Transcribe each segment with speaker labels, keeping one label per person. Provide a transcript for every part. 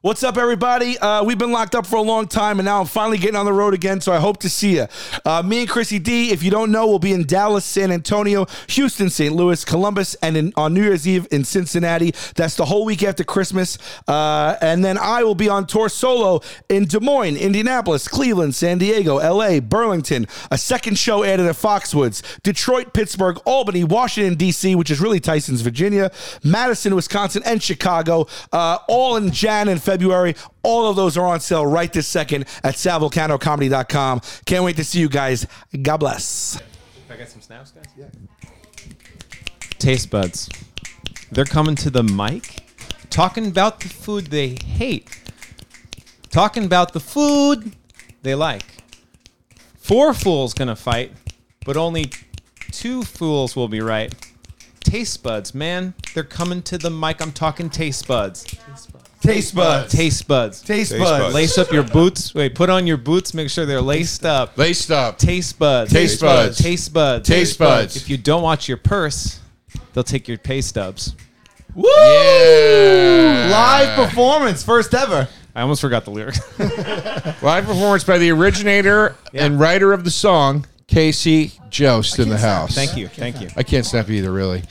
Speaker 1: What's up, everybody? Uh, we've been locked up for a long time, and now I'm finally getting on the road again, so I hope to see you. Uh, me and Chrissy D, if you don't know, will be in Dallas, San Antonio, Houston, St. Louis, Columbus, and in, on New Year's Eve in Cincinnati. That's the whole week after Christmas. Uh, and then I will be on tour solo in Des Moines, Indianapolis, Cleveland, San Diego, LA, Burlington, a second show added at Foxwoods, Detroit, Pittsburgh, Albany, Washington, D.C., which is really Tyson's, Virginia, Madison, Wisconsin, and Chicago, uh, all in Jan and February. All of those are on sale right this second at salvolcanocomedy.com. Can't wait to see you guys. God bless.
Speaker 2: I got some snaps, guys? Yeah.
Speaker 3: Taste buds. They're coming to the mic talking about the food they hate, talking about the food they like. Four fools gonna fight, but only two fools will be right. Taste buds, man. They're coming to the mic. I'm talking taste buds.
Speaker 1: Taste buds.
Speaker 3: Taste buds.
Speaker 1: Taste
Speaker 4: Taste
Speaker 1: buds.
Speaker 4: buds.
Speaker 3: Lace up your boots. Wait, put on your boots. Make sure they're laced up.
Speaker 4: Laced up.
Speaker 3: Taste buds.
Speaker 4: Taste buds.
Speaker 3: Taste buds.
Speaker 4: Taste buds.
Speaker 3: If you don't watch your purse, they'll take your pay stubs.
Speaker 1: Woo!
Speaker 4: Yeah.
Speaker 1: Live performance, first ever.
Speaker 3: I almost forgot the lyrics.
Speaker 4: Live performance by the originator and writer of the song, Casey Jost, in the house.
Speaker 3: Thank you. Thank you.
Speaker 4: I can't snap either, really.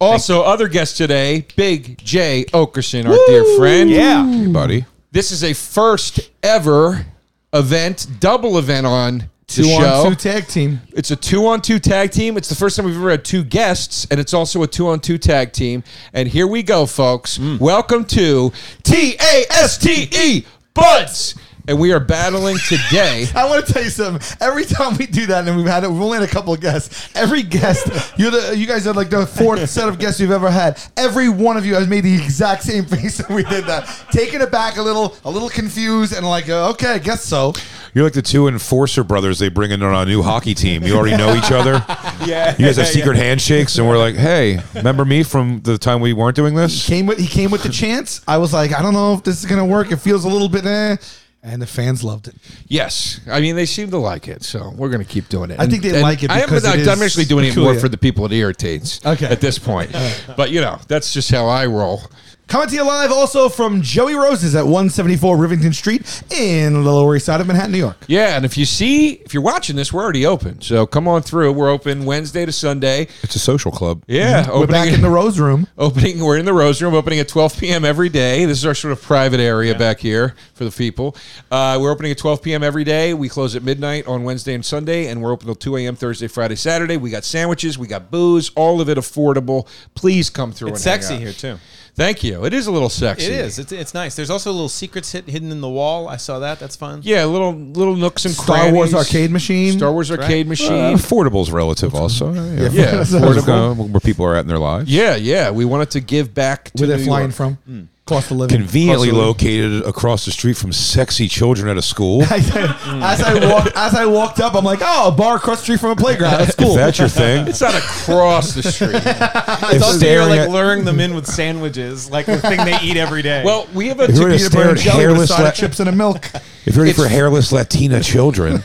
Speaker 4: Also, other guest today, Big J Okerson, our dear friend.
Speaker 3: Yeah.
Speaker 5: Hey, buddy.
Speaker 4: This is a first ever event, double event on the show.
Speaker 1: tag team.
Speaker 4: It's a two on two tag team. It's the first time we've ever had two guests, and it's also a two on two tag team. And here we go, folks.
Speaker 5: Mm.
Speaker 4: Welcome to T A S T E Buds. And we are battling today.
Speaker 1: I want to tell you something. Every time we do that, and we've had it, we've only had a couple of guests. Every guest, you're the, you guys are like the fourth set of guests we've ever had. Every one of you has made the exact same face when we did that, taken aback a little, a little confused, and like, uh, okay, I guess so.
Speaker 5: You're like the two enforcer brothers they bring in on a new hockey team. You already know each other. yeah. You guys have secret handshakes, and we're like, hey, remember me from the time we weren't doing this?
Speaker 1: Came with he came with the chance. I was like, I don't know if this is gonna work. It feels a little bit, eh. and the fans loved it.
Speaker 4: Yes, I mean they seem to like it, so we're going to keep doing it.
Speaker 1: I think they like it
Speaker 4: I am
Speaker 1: because
Speaker 4: not,
Speaker 1: it is
Speaker 4: I'm actually doing it more
Speaker 1: peculiar.
Speaker 4: for the people it irritates.
Speaker 1: Okay.
Speaker 4: at this point, but you know that's just how I roll.
Speaker 1: Coming to you live also from Joey Rose's at 174 Rivington Street in the Lower East Side of Manhattan, New York.
Speaker 4: Yeah, and if you see, if you're watching this, we're already open. So come on through. We're open Wednesday to Sunday.
Speaker 5: It's a social club.
Speaker 4: Yeah, opening
Speaker 1: We're back in the Rose Room.
Speaker 4: opening we're in the rose room opening at 12 p.m every day this is our sort of private area back here for the people uh, we're opening at 12 p.m every day we close at midnight on wednesday and sunday and we're open till 2 a.m thursday friday saturday we got sandwiches we got booze all of it affordable please come through
Speaker 3: It's
Speaker 4: and hang
Speaker 3: sexy
Speaker 4: out.
Speaker 3: here too.
Speaker 4: thank you it is a little sexy
Speaker 3: It is. It's, it's nice. There's also little secrets hid, hidden in the wall. I saw that. That's fun.
Speaker 4: yeah little little nooks and
Speaker 1: Star Wars
Speaker 4: crannies.
Speaker 1: arcade machine.
Speaker 4: star wars arcade machine
Speaker 5: Uh, affordable's relative, also. uh, Yeah.
Speaker 4: yeah
Speaker 5: Where,
Speaker 4: affordable.
Speaker 5: where people are at in their lives.
Speaker 4: yeah yeah we wanted to give back to
Speaker 1: Where they're
Speaker 4: New
Speaker 1: flying
Speaker 4: York.
Speaker 1: from. Cost of living.
Speaker 5: Conveniently
Speaker 4: Possibly.
Speaker 5: located across the street from sexy children at a school. if
Speaker 1: as, I, as, I walked, as I walked up, I'm like, oh, a bar across the street from a playground. That's cool.
Speaker 5: that's your thing,
Speaker 4: it's not across the street
Speaker 5: if
Speaker 3: It's also you're
Speaker 5: staring
Speaker 3: like
Speaker 5: at-
Speaker 3: luring them in with sandwiches, like the thing they eat every day.
Speaker 4: well we have a
Speaker 5: If you were to
Speaker 1: Peanut butter and
Speaker 5: stare at
Speaker 1: jelly with a
Speaker 5: hairless,
Speaker 1: side
Speaker 5: la-
Speaker 1: of chips and a milk.
Speaker 5: if you're ready for
Speaker 4: It's-
Speaker 5: hairless Latina children, if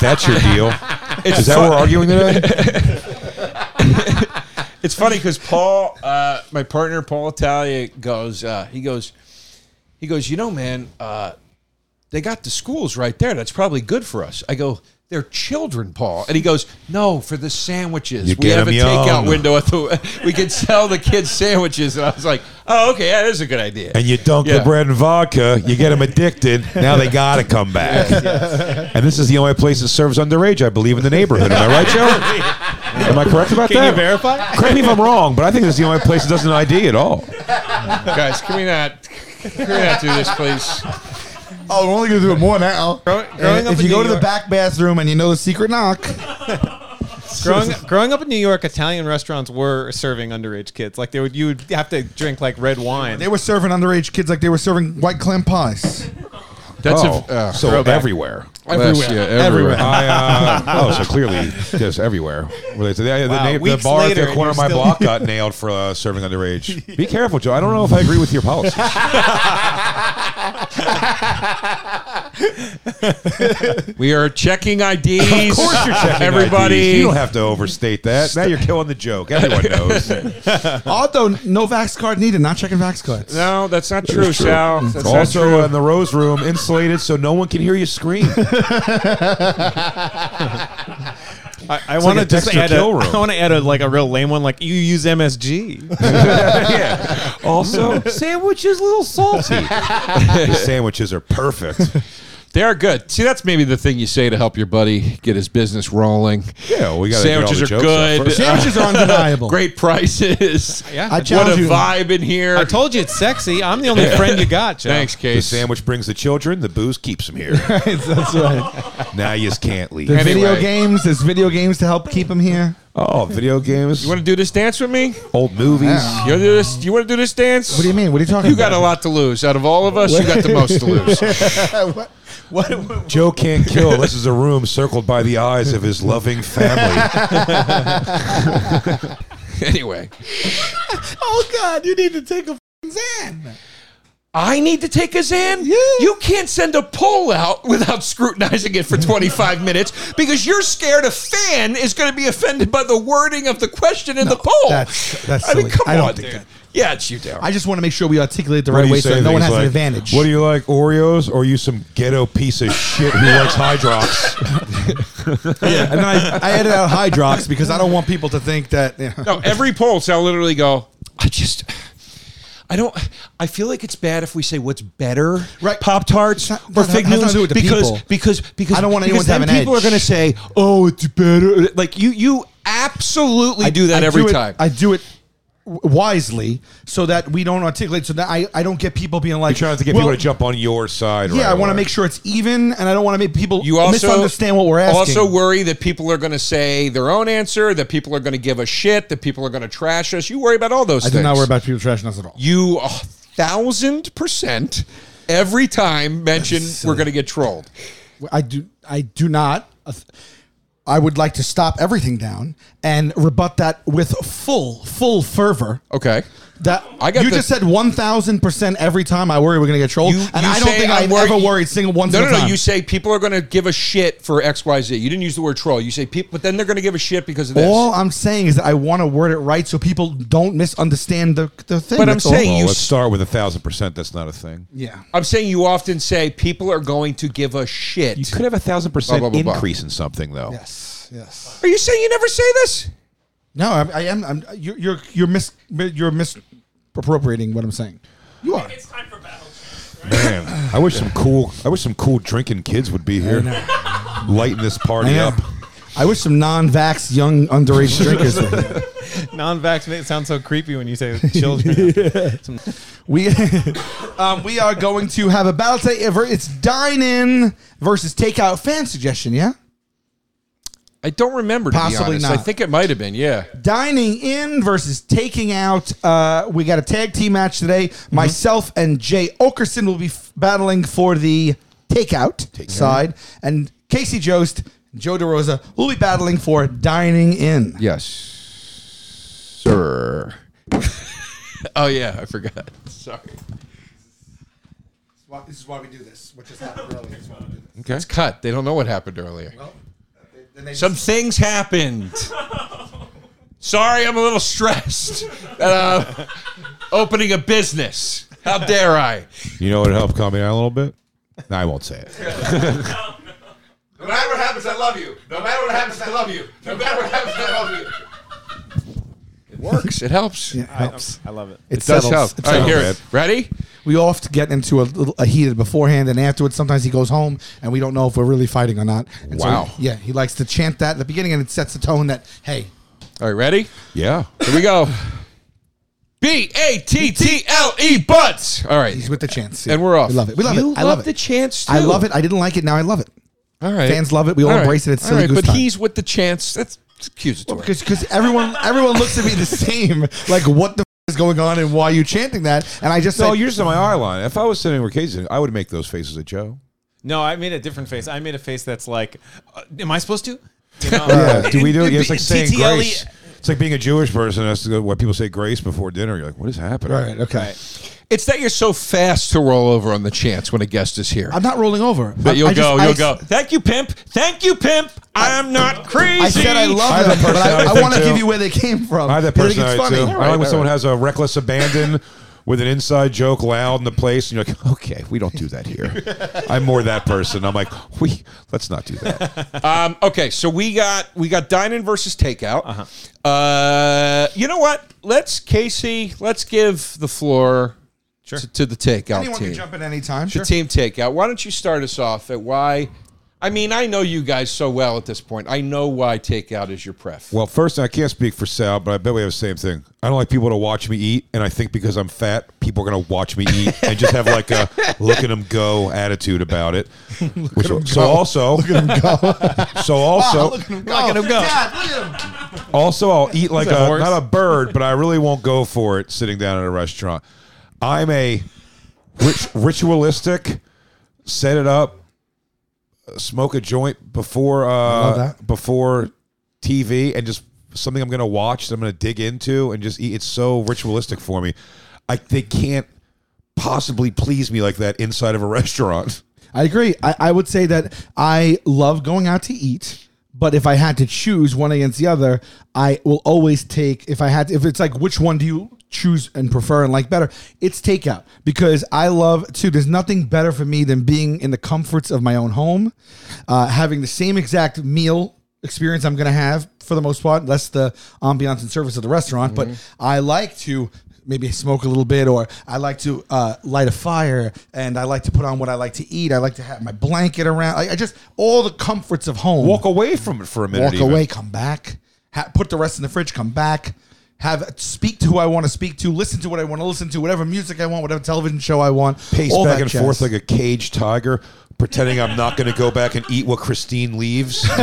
Speaker 5: that's your deal, is that what we're arguing today?
Speaker 4: It's funny because Paul, uh, my partner Paul Italia, goes. Uh, he goes. He goes. You know, man, uh, they got the schools right there. That's probably good for us. I go. They're children, Paul, and he goes. No, for the sandwiches.
Speaker 5: You
Speaker 4: we
Speaker 5: get
Speaker 4: have a
Speaker 5: 'em
Speaker 4: takeout
Speaker 5: young."
Speaker 4: window at the. We can sell the kids sandwiches, and I was like, Oh, okay, yeah, that is a good idea.
Speaker 5: and you dunk
Speaker 4: Yeah.
Speaker 5: the bread and vodka, you get them addicted. Now they got to come back. And this is the only place that serves underage, I believe, in the neighborhood. Am I right, Joe? Am I correct about
Speaker 3: can
Speaker 5: that?
Speaker 3: you verify?
Speaker 5: Correct me if I'm wrong, but I think this is the only place that doesn't ID at all.
Speaker 4: Guys, can we not? Can we not do this, please?
Speaker 1: Oh, we're only going to do it more now.
Speaker 3: Growing-
Speaker 1: And
Speaker 3: growing up
Speaker 1: if
Speaker 3: in
Speaker 1: you go
Speaker 3: New
Speaker 1: to the
Speaker 3: York-
Speaker 1: back bathroom and you know the secret knock,
Speaker 3: growing, growing up in New York, Italian restaurants were serving underage kids. Like they would, you would have to drink like red wine.
Speaker 1: they were serving underage kids like they were serving white clam pies.
Speaker 4: That's
Speaker 5: oh,
Speaker 4: a, uh,
Speaker 5: so everywhere.
Speaker 4: everywhere. everywhere.
Speaker 5: I, uh, oh, so clearly just everywhere. Where they- The, the,
Speaker 3: Wow,
Speaker 5: na- the
Speaker 3: weeks
Speaker 5: bar
Speaker 3: later
Speaker 5: at the
Speaker 3: and
Speaker 5: corner of
Speaker 3: you're
Speaker 5: my
Speaker 3: still-
Speaker 5: block got nailed for uh, serving underage. Be careful, Joe. I don't know if I agree with your policies.
Speaker 4: We are checking IDs. Of course
Speaker 5: You're checking
Speaker 4: Everybody.
Speaker 5: IDs. You don't have to overstate that. Now you're killing the joke. Everyone knows.
Speaker 1: Although no vax card needed, not checking vax cards.
Speaker 4: No, that's not true, Sal. That's not
Speaker 5: also uh,
Speaker 4: true.
Speaker 5: in the Rose Room, insulated so no one can hear you scream.
Speaker 3: I, I want to
Speaker 5: like a
Speaker 3: just
Speaker 5: Dexter
Speaker 3: add. A,
Speaker 5: Kill room.
Speaker 3: I want to add a, like a real lame one. Like you use MSG.
Speaker 5: yeah. Also,
Speaker 3: Sandwich is a little salty.
Speaker 5: the sandwiches are perfect.
Speaker 4: They are good. See, that's maybe the thing you say to help your buddy get his business rolling.
Speaker 5: Yeah, we got
Speaker 4: Sandwiches are good.
Speaker 1: Sandwiches are undeniable.
Speaker 4: Great prices.
Speaker 3: Yeah.
Speaker 1: I
Speaker 4: What
Speaker 1: challenge
Speaker 4: a
Speaker 1: you.
Speaker 4: vibe in here.
Speaker 3: I told you it's sexy. I'm the only friend you got, Joe.
Speaker 4: Thanks,
Speaker 5: The
Speaker 4: Case.
Speaker 5: sandwich brings the children. The booze keeps them here.
Speaker 1: That's right.
Speaker 5: now you just can't leave.
Speaker 1: There's video
Speaker 4: Anyway.
Speaker 1: games. There's video games to help keep him here.
Speaker 5: Oh, video games,
Speaker 4: You want to do this dance with me?
Speaker 5: old movies.
Speaker 4: You want to do this? You want to do this dance?
Speaker 1: What do you mean? What are you talking
Speaker 4: You
Speaker 1: about?
Speaker 4: got a lot to lose. Out of all of us, you got the most to lose.
Speaker 5: Joe can't kill. This is a room circled by the eyes of his loving family.
Speaker 4: Anyway,
Speaker 1: Oh God! You need to take a f***ing Xan.
Speaker 4: I need to take a Xan.
Speaker 1: Yeah.
Speaker 4: You can't send a poll out without scrutinizing it for 25 minutes because you're scared a fan is going to be offended by the wording of the question in the poll.
Speaker 1: that's- that's
Speaker 4: I mean,
Speaker 1: silly.
Speaker 4: come
Speaker 1: I don't
Speaker 4: on,
Speaker 1: think
Speaker 4: dude.
Speaker 1: that-
Speaker 4: Yeah, it's you, Darren.
Speaker 1: I just want to make sure we articulate the
Speaker 5: What do
Speaker 1: right
Speaker 5: you
Speaker 1: way
Speaker 5: say
Speaker 1: so no one
Speaker 5: things
Speaker 1: has
Speaker 5: like,
Speaker 1: an advantage.
Speaker 5: What do you like, Oreos, or are you some ghetto piece of shit who likes Hydrox?
Speaker 1: yeah, and then I, I edit out Hydrox because I don't want people to think that. You know.
Speaker 4: No, every poll, so I'll literally go, I just. I don't. I feel like it's bad if we say what's better,
Speaker 1: Right.
Speaker 4: Pop tarts
Speaker 1: not-
Speaker 4: or
Speaker 1: that has
Speaker 4: fig
Speaker 1: nothing
Speaker 4: noodles,
Speaker 1: to do with the
Speaker 4: because
Speaker 1: people.
Speaker 4: because because
Speaker 1: I don't want anyone
Speaker 4: because
Speaker 1: to have
Speaker 4: then
Speaker 1: an
Speaker 4: people
Speaker 1: edge.
Speaker 4: are going to say, oh, it's better. Like you, you absolutely do that
Speaker 1: I
Speaker 4: every
Speaker 1: it-
Speaker 4: time.
Speaker 1: I do it w- wisely so that we don't articulate, so that I, I don't get people being like
Speaker 5: You're trying to get
Speaker 1: well,
Speaker 5: people to jump on your side.
Speaker 1: Yeah,
Speaker 5: right
Speaker 1: I want to
Speaker 5: away.
Speaker 1: make sure it's even, and I don't want to make people
Speaker 4: you also
Speaker 1: misunderstand what we're asking.
Speaker 4: Also worry that people are going to say their own answer, that people are going to give a shit, that people are going to trash us. You worry about all those.
Speaker 1: I
Speaker 4: things.
Speaker 1: do not worry about people trashing us at all.
Speaker 4: you a thousand percent every time mention we're going to get trolled.
Speaker 1: I do. I do not. uh, I would like to stop everything down and rebut that with full, full fervor.
Speaker 4: Okay.
Speaker 1: That
Speaker 4: I got
Speaker 1: you
Speaker 4: the-
Speaker 1: just said one thousand percent every time I worry we're gonna get trolled,
Speaker 4: You-
Speaker 1: and
Speaker 4: you
Speaker 1: I don't
Speaker 4: say
Speaker 1: think
Speaker 4: I'm
Speaker 1: I've
Speaker 4: worried-
Speaker 1: ever worried single one
Speaker 4: No, no,
Speaker 1: single
Speaker 4: no.
Speaker 1: time.
Speaker 4: You say people are going to give a shit for X, Y, Z. You didn't use the word troll. You say people, but then they're going to give a shit because of this.
Speaker 1: all I'm saying is that I want to word it right so people don't misunderstand the, the thing.
Speaker 4: But I'm
Speaker 1: That's all.
Speaker 4: saying
Speaker 5: Well,
Speaker 4: you
Speaker 5: let's
Speaker 4: s-
Speaker 5: start with a thousand percent. That's not a thing.
Speaker 1: yeah.
Speaker 4: I'm saying you often say people are going to give a shit.
Speaker 5: You could have a thousand percent
Speaker 4: blah, blah, blah.
Speaker 5: increase in something, though.
Speaker 1: Yes. Yes.
Speaker 4: are you saying you never say this?
Speaker 1: No, I, I am. I'm, you're you're you're mis you're misappropriating what I'm saying. You are.
Speaker 6: It's time for battle.
Speaker 5: Man, I wish some cool. I wish some cool drinking kids would be here, lighten this
Speaker 1: I
Speaker 5: party
Speaker 1: am.
Speaker 5: up.
Speaker 1: I wish some non-vax young underage drinkers were here.
Speaker 3: Non-vax makes it sound so creepy when you say children.
Speaker 1: We um, we are going to have a battle today. It's dine in versus takeout fan suggestion. Yeah,
Speaker 4: I don't remember. To
Speaker 1: Possibly
Speaker 4: be honest. I
Speaker 1: not.
Speaker 4: think it might have been. Yeah.
Speaker 1: dining in versus taking out. Uh, we got a tag team match today. Myself and Jay Okerson will be f- battling for the takeout side, and Casey Jost. Joe DeRosa will be battling for dining in.
Speaker 4: Yes, sir. oh yeah, I forgot. Sorry.
Speaker 1: This is why we do this, which is happened earlier.
Speaker 4: Okay. It's cut. They don't know what happened earlier.
Speaker 1: Then they
Speaker 4: Some things happened. Sorry, I'm a little stressed. Uh, opening a business. How dare I?
Speaker 5: You know what helped calm me down a little bit? No, I won't say it.
Speaker 4: No matter what happens, I love you. No matter what happens, I love you. No matter what happens, I love you. It works. It helps.
Speaker 1: it helps.
Speaker 3: I love it.
Speaker 1: It,
Speaker 4: Does
Speaker 1: settles.
Speaker 4: help.
Speaker 1: It
Speaker 4: All right,
Speaker 1: settles.
Speaker 4: here.
Speaker 5: bad.
Speaker 4: Ready?
Speaker 1: we often get into a, little- a heated beforehand and afterwards. Sometimes he goes home and we don't know if we're really fighting or not. And
Speaker 4: Wow.
Speaker 1: So, yeah, he likes to chant that at the beginning and it sets the tone that, hey,
Speaker 4: All right, ready?
Speaker 5: Yeah.
Speaker 4: Here we go. B A T T L E butts. All right.
Speaker 1: he's with the chance.
Speaker 4: And we're off.
Speaker 1: We love it. We love
Speaker 4: You
Speaker 1: it. I love,
Speaker 4: the
Speaker 1: it.
Speaker 4: chance. Too.
Speaker 1: I love it. I didn't like it. Now I love it.
Speaker 4: All right.
Speaker 1: Fans love it. We all embrace it. It's silly goose
Speaker 4: but
Speaker 1: time.
Speaker 4: he's with the chance. That's accusatory.
Speaker 1: Because everyone everyone looks at me the same. Like, what the f- is going on and why are you chanting that? And I just
Speaker 5: So
Speaker 1: said,
Speaker 5: yours is my eye line. If I was sitting where Casey's, I would make those faces at Joe.
Speaker 3: No, I made a different face. I made a face that's like, uh, am I supposed to? You know?
Speaker 5: Yeah. Do we do it? Yeah, it's like saying
Speaker 1: E
Speaker 3: TTLE.
Speaker 5: grace. It's like being a Jewish person. That's the- what people say grace before dinner. You're like, what is happening?
Speaker 1: all right, okay.
Speaker 4: It's that you're so fast to roll over on the chance when a guest is here.
Speaker 1: I'm not rolling over.
Speaker 4: that you'll
Speaker 1: I just-
Speaker 4: go,
Speaker 1: I-
Speaker 4: you'll go. Thank you, pimp. Thank you, pimp. I'm not crazy.
Speaker 1: I said I love
Speaker 5: I have
Speaker 1: them,
Speaker 5: that
Speaker 1: but I,
Speaker 5: personality
Speaker 1: I
Speaker 5: thing,
Speaker 1: want to
Speaker 5: too.
Speaker 1: give you where they came from.
Speaker 5: I have that
Speaker 1: You think it's
Speaker 5: personality too.
Speaker 1: funny.
Speaker 5: I like when someone has a reckless abandon with an inside joke loud in the place, and you're like, okay, we don't do that here. I'm more that person. I'm like, we let's not do that.
Speaker 4: Um, okay, so we got we got dining versus takeout. Uh-huh. you know what? Let's Casey. Let's give the floor to, to the takeout
Speaker 1: Anyone
Speaker 4: team.
Speaker 1: can jump in anytime.
Speaker 4: The team takeout. Why don't you start us off at why? I mean, I know you guys so well at this point. I know why takeout is your pref.
Speaker 5: Well, first, I can't speak for Sal, but I bet we have the same thing. I don't like people to watch me eat, and I think because I'm fat, people are going to watch me eat and just have like a look at them go attitude about it. Which, so also, so also,
Speaker 1: Look at him go.
Speaker 5: Also, I'll eat like
Speaker 3: that
Speaker 5: a
Speaker 3: horse?
Speaker 5: not a bird, but I really won't go for it sitting down at a restaurant. I'm a rit- ritualistic. Set it up. Smoke a joint before uh,
Speaker 1: that.
Speaker 5: before TV, and just something I'm going to watch. That I'm going to dig into and just eat. It's so ritualistic for me. I they can't possibly please me like that inside of a restaurant.
Speaker 1: I agree. I, I would say that I love going out to eat, but if I had to choose one against the other, I will always take if I had to, if it's like which one do you choose and prefer and like better, it's takeout because I love to. There's nothing better for me than being in the comforts of my own home, uh, having the same exact meal experience I'm going to have for the most part, less the ambiance and service of the restaurant. But I like to maybe smoke a little bit, or I like to uh, light a fire, and I like to put on what I like to eat. I like to have my blanket around. I, I just all the comforts of home.
Speaker 5: Walk away from it for a minute.
Speaker 1: Walk
Speaker 5: even.
Speaker 1: away, come back, ha- put the rest in the fridge, come back. Have speak to who I want to speak to, listen to what I want to listen to, whatever music I want, whatever television show I want,
Speaker 5: pace
Speaker 1: all
Speaker 5: back
Speaker 1: that
Speaker 5: and
Speaker 1: jazz.
Speaker 5: forth like a caged tiger, pretending I'm not going to go back and eat what Christine leaves.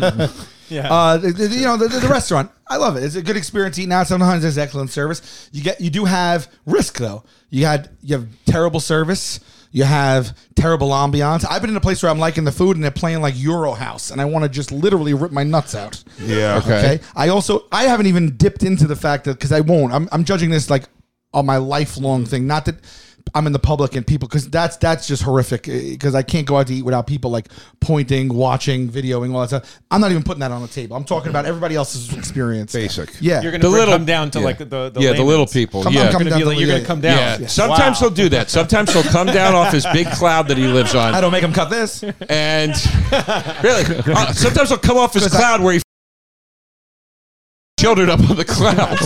Speaker 1: Uh, the- the- you know, the, the, the restaurant. I love it. It's a good experience eating out. Sometimes there's excellent service. You get, you do have risk though. You had, you have terrible service. You have terrible ambiance. I've been in a place where I'm liking the food and they're playing like Euro House, and I want to just literally rip my nuts out.
Speaker 5: yeah.
Speaker 1: Okay. I also I haven't even dipped into the fact that because I won't. I'm I'm judging this like on my lifelong thing. Not that I'm in the public and people because that's that's just horrific. Because I can't go out to eat without people like pointing, watching, videoing, all that stuff. I'm not even putting that on the table. I'm talking about everybody else's experience.
Speaker 5: Basic.
Speaker 1: Yeah.
Speaker 2: You're gonna
Speaker 4: The
Speaker 2: bring
Speaker 4: little-
Speaker 2: them down to
Speaker 4: yeah.
Speaker 2: like the the
Speaker 4: yeah, the
Speaker 2: layman's.
Speaker 4: little people.
Speaker 1: Come on,
Speaker 4: yeah.
Speaker 1: come
Speaker 2: Gonna
Speaker 1: down
Speaker 2: be
Speaker 1: to
Speaker 2: like-
Speaker 1: the-
Speaker 2: you're
Speaker 1: yeah,
Speaker 2: gonna
Speaker 1: yeah.
Speaker 2: come down.
Speaker 4: Yeah. Sometimes he'll do that. Sometimes he'll come down off his big cloud that he lives on.
Speaker 1: I don't make them cut this.
Speaker 4: and really, uh, sometimes he'll come off his cloud where he children up on the clouds.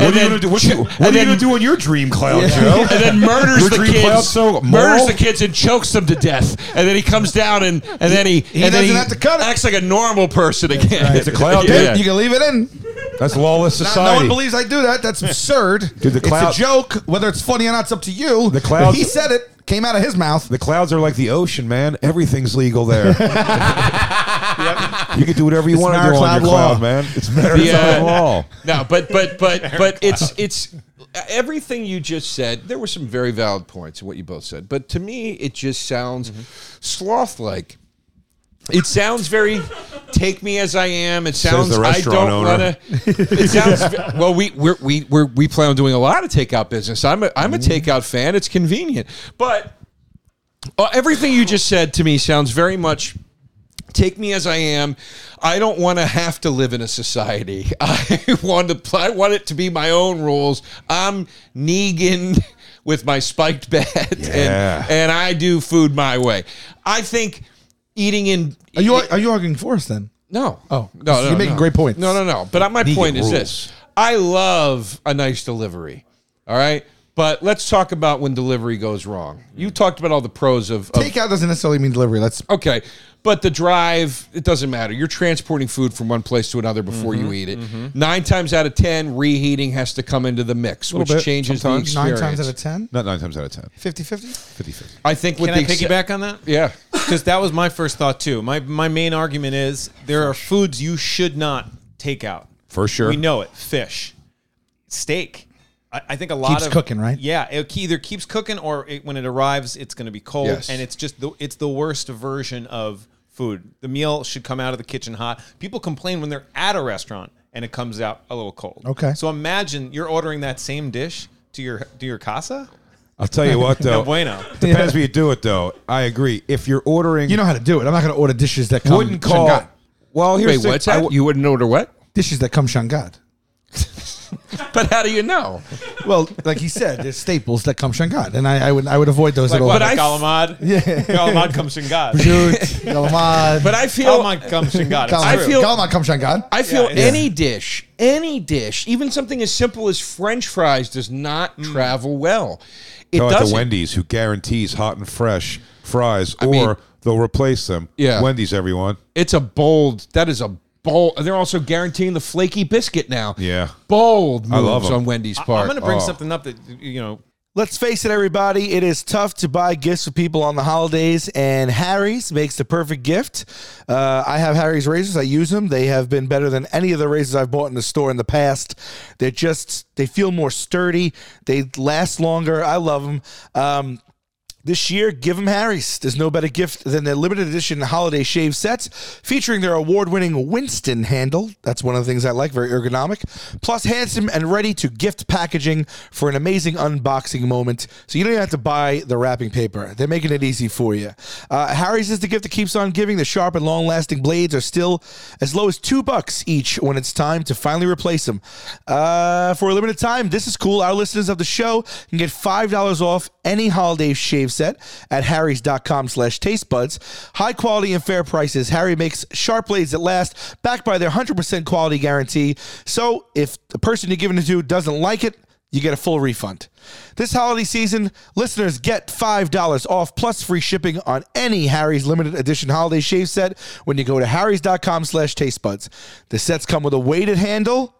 Speaker 5: What are you going to do? What, you, what are you going to do in your dream cloud, Joe?
Speaker 4: And then murders
Speaker 5: Your
Speaker 4: the
Speaker 5: dream
Speaker 4: kids,
Speaker 5: cloud's so
Speaker 4: murders
Speaker 5: moral?
Speaker 4: the kids, and chokes them to death. And then he comes down, and, and then he, and then
Speaker 1: doesn't have to cut it.
Speaker 4: Acts like a normal person again.
Speaker 5: It's a cloud,
Speaker 4: Yeah.
Speaker 1: You can leave it in.
Speaker 5: That's lawless
Speaker 1: Not- no one
Speaker 5: society.
Speaker 1: believes I do that. That's absurd.
Speaker 5: Dude, the cloud-
Speaker 1: it's a joke. Whether it's funny or not, it's up to you.
Speaker 5: The clouds-
Speaker 1: He said it. Came out of his mouth.
Speaker 5: the clouds are like the ocean, man. Everything's legal there. You can do whatever you want to do on
Speaker 1: Maricloud
Speaker 5: your
Speaker 1: law.
Speaker 5: cloud, man. It's maritime
Speaker 4: Yeah.
Speaker 5: law.
Speaker 4: No, but but but but it's it's everything you just said. There were some very valid points in what you both said, but to me, it just sounds
Speaker 5: Mm-hmm.
Speaker 4: sloth like. It sounds very take me as I am. It sounds
Speaker 5: the
Speaker 4: I
Speaker 5: restaurant
Speaker 4: don't
Speaker 5: owner.
Speaker 4: want to. It sounds ve- well. We we're, we we're, we plan on doing a lot of takeout business. I'm a, I'm a
Speaker 5: Mm-hmm.
Speaker 4: takeout fan. It's convenient, but uh, everything you just said to me sounds very much take me as I am. I don't want to have to live in a society. I want to. pl- I want it to be my own rules. I'm Negan with my spiked bat,
Speaker 5: Yeah.
Speaker 4: and and I do food my way. I think eating in e
Speaker 1: Are you are you arguing for us then?
Speaker 4: no.
Speaker 1: Oh,
Speaker 4: no, no,
Speaker 1: you're making
Speaker 4: no.
Speaker 1: great points.
Speaker 4: No, no, no. But my point is this: I love a nice delivery. All right, but let's talk about when delivery goes wrong. You talked about all the pros of, of
Speaker 1: Takeout doesn't necessarily mean delivery. That's
Speaker 4: Okay. But the drive, it doesn't matter. You're transporting food from one place to another before you eat it. Nine times out of ten, reheating has to come into the mix, which
Speaker 5: bit,
Speaker 4: changes the
Speaker 5: sometimes.
Speaker 1: nine
Speaker 4: experience.
Speaker 1: times out of ten.
Speaker 5: Not nine times out of ten.
Speaker 1: 50 50?
Speaker 5: 50 50.
Speaker 4: I think with
Speaker 3: Can I
Speaker 4: the exce-
Speaker 3: piggyback on that?
Speaker 4: yeah,
Speaker 3: Because that was my first thought too. My my main argument is there are foods you should not take out.
Speaker 5: For sure.
Speaker 3: we know it. Fish, steak. I, I think a lot
Speaker 1: Keeps
Speaker 3: of
Speaker 1: cooking, right?
Speaker 3: Yeah, it ke- either keeps cooking or it, when it arrives, it's going to be cold,
Speaker 4: Yes.
Speaker 3: and it's just the, it's the worst version of food. The meal should come out of the kitchen hot. People complain when they're at a restaurant and it comes out a little cold.
Speaker 1: Okay.
Speaker 3: so imagine you're ordering that same dish to your to your casa?
Speaker 5: I'll tell you what, though.
Speaker 3: No bueno.
Speaker 5: Depends where you do it, though. I agree. If you're ordering,
Speaker 1: You know how to do it. I'm not going to order dishes that come
Speaker 5: wouldn't call.
Speaker 1: Shangad.
Speaker 5: Well, here's
Speaker 4: Wait,
Speaker 5: the,
Speaker 4: what's
Speaker 5: I
Speaker 4: that?
Speaker 5: w-
Speaker 4: you wouldn't order what?
Speaker 1: dishes that come shangad.
Speaker 4: But how do you know?
Speaker 1: Well, like he said, there's staples that come shangad, and I, I would I would avoid those
Speaker 3: Like
Speaker 1: at all.
Speaker 3: what? Like Alamad? Yeah. Alamad comes and God.
Speaker 4: But
Speaker 1: Galamad,
Speaker 4: I feel
Speaker 3: Alamad comes and God.
Speaker 1: Galamad,
Speaker 4: I
Speaker 3: It's true.
Speaker 4: feel-
Speaker 1: Galamad come shangad.
Speaker 4: I feel
Speaker 3: Yeah, yeah.
Speaker 4: any dish, any dish, even something as simple as French fries, does not travel well. It
Speaker 5: Tell it
Speaker 4: doesn't.
Speaker 5: to Wendy's, who guarantees hot and fresh fries, or
Speaker 4: mean-
Speaker 5: they'll replace them.
Speaker 4: Yeah.
Speaker 5: Wendy's, everyone.
Speaker 4: It's a bold. That is a bold. They're also guaranteeing the flaky biscuit now.
Speaker 5: Yeah.
Speaker 4: bold moves
Speaker 5: I love 'em.
Speaker 4: on Wendy's
Speaker 3: I-
Speaker 4: part.
Speaker 3: I'm going to bring
Speaker 5: Oh.
Speaker 3: something up that you know.
Speaker 7: Let's face it, everybody. It is tough to buy gifts for people on the holidays, and Harry's makes the perfect gift. Uh, I have Harry's razors. I use them. They have been better than any of the razors I've bought in the store in the past. They're just they feel more sturdy. They last longer. I love them. Um, this year, give them Harry's. There's no better gift than their limited edition holiday shave sets featuring their award winning Winston handle. That's one of the things I like, very ergonomic. Plus, handsome and ready to gift packaging for an amazing unboxing moment. So you don't even have to buy the wrapping paper. They're making it easy for you. Uh, Harry's is the gift that keeps on giving. The sharp and long lasting blades are still as low as two bucks each when it's time to finally replace them. Uh, for a limited time, this is cool. Our listeners of the show can get $5 off any holiday shave set at harrys.com slash taste buds. High quality and fair prices. Harry makes sharp blades that last, backed by their 100% quality guarantee. So if the person you're giving it to doesn't like it, you get a full refund. This holiday season, listeners get $5 off plus free shipping on any Harry's limited edition holiday shave set when you go to harrys.com slash taste buds. The sets come with a weighted handle.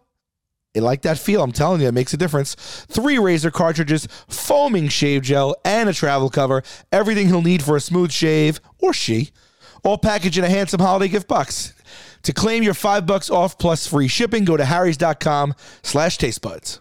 Speaker 7: It like that feel, I'm telling you, it makes a difference. Three razor cartridges, foaming shave gel, and a travel cover. Everything he'll need for a smooth shave, or she, all packaged in a handsome holiday gift box. To claim your five bucks off plus free shipping, go to harrys.com slash taste buds.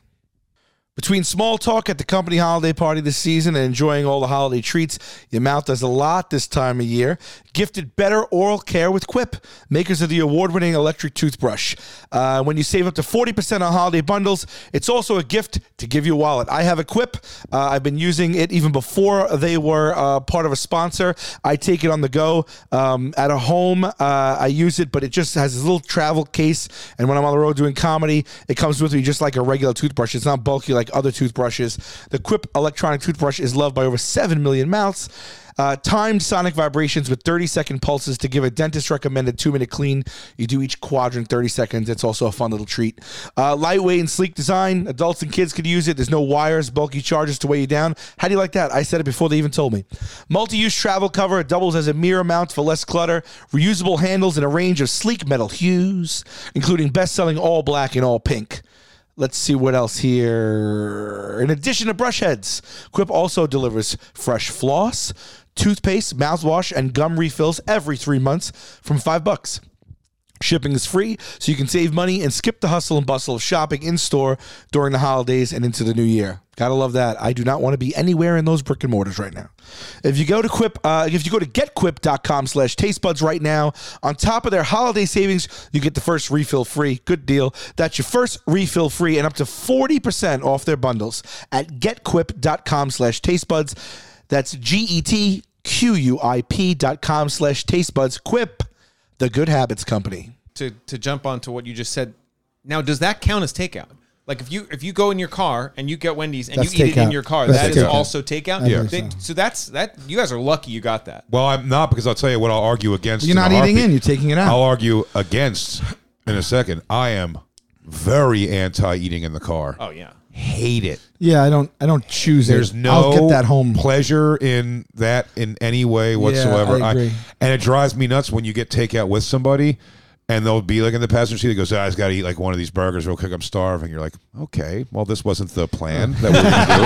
Speaker 7: Between small talk at the company holiday party this season and enjoying all the holiday treats, your mouth does a lot this time of year. Gifted better oral care with Quip, makers of the award winning electric toothbrush. Uh, when you save up to 40% on holiday bundles, it's also a gift to give your wallet. I have a Quip. Uh, I've been using it even before they were uh, part of a sponsor. I take it on the go um, at a home. Uh, I use it, but it just has this little travel case. And when I'm on the road doing comedy, it comes with me just like a regular toothbrush. It's not bulky like other toothbrushes. The Quip electronic toothbrush is loved by over 7 million mouths. Uh, timed sonic vibrations with 30 second pulses to give a dentist recommended two minute clean. You do each quadrant 30 seconds. It's also a fun little treat. Uh, lightweight and sleek design. Adults and kids could use it. There's no wires, bulky charges to weigh you down. How do you like that? I said it before they even told me. Multi use travel cover. It doubles as a mirror mount for less clutter. Reusable handles in a range of sleek metal hues, including best selling all black and all pink. Let's see what else here. In addition to brush heads, Quip also delivers fresh floss, toothpaste, mouthwash, and gum refills every three months from five bucks. Shipping is free, so you can save money and skip the hustle and bustle of shopping in store during the holidays and into the new year. Gotta love that. I do not want to be anywhere in those brick and mortars right now. If you go to Quip, uh, if you go to getquip.com slash tastebuds right now, on top of their holiday savings, you get the first refill free. Good deal. That's your first refill free and up to 40% off their bundles at getquip.com slash tastebuds. That's E G-E-T-Q-U-I-P dot com slash tastebuds. Quip, the Good Habits Company.
Speaker 3: to to jump onto what you just said. Now, does that count as takeout? Like if you if you go in your car and you get Wendy's and
Speaker 1: That's
Speaker 3: you eat it in
Speaker 1: takeout.
Speaker 3: your car,
Speaker 1: That's
Speaker 3: that is
Speaker 1: takeout.
Speaker 3: also takeout.
Speaker 1: Yeah. so.
Speaker 3: They- so that's that. You guys are lucky you got that.
Speaker 5: Well, I'm not because I'll tell you what I'll argue against.
Speaker 1: You're
Speaker 5: in a
Speaker 1: not eating
Speaker 5: heartbeat.
Speaker 1: in, you're taking it out.
Speaker 5: I'll argue against in a second. I am very anti eating in the car.
Speaker 3: Oh yeah.
Speaker 5: Hate it.
Speaker 1: Yeah, I don't I don't choose. it.
Speaker 5: There's no
Speaker 1: I'll get that home.
Speaker 5: pleasure in that in any way whatsoever.
Speaker 1: I agree.
Speaker 5: and it drives me nuts when you get takeout with somebody and they'll be like in the passenger seat that goes, "Ah, I just got to eat like one of these burgers real quick. I'm starving. You're like, okay, well, this wasn't the plan that we were going to do.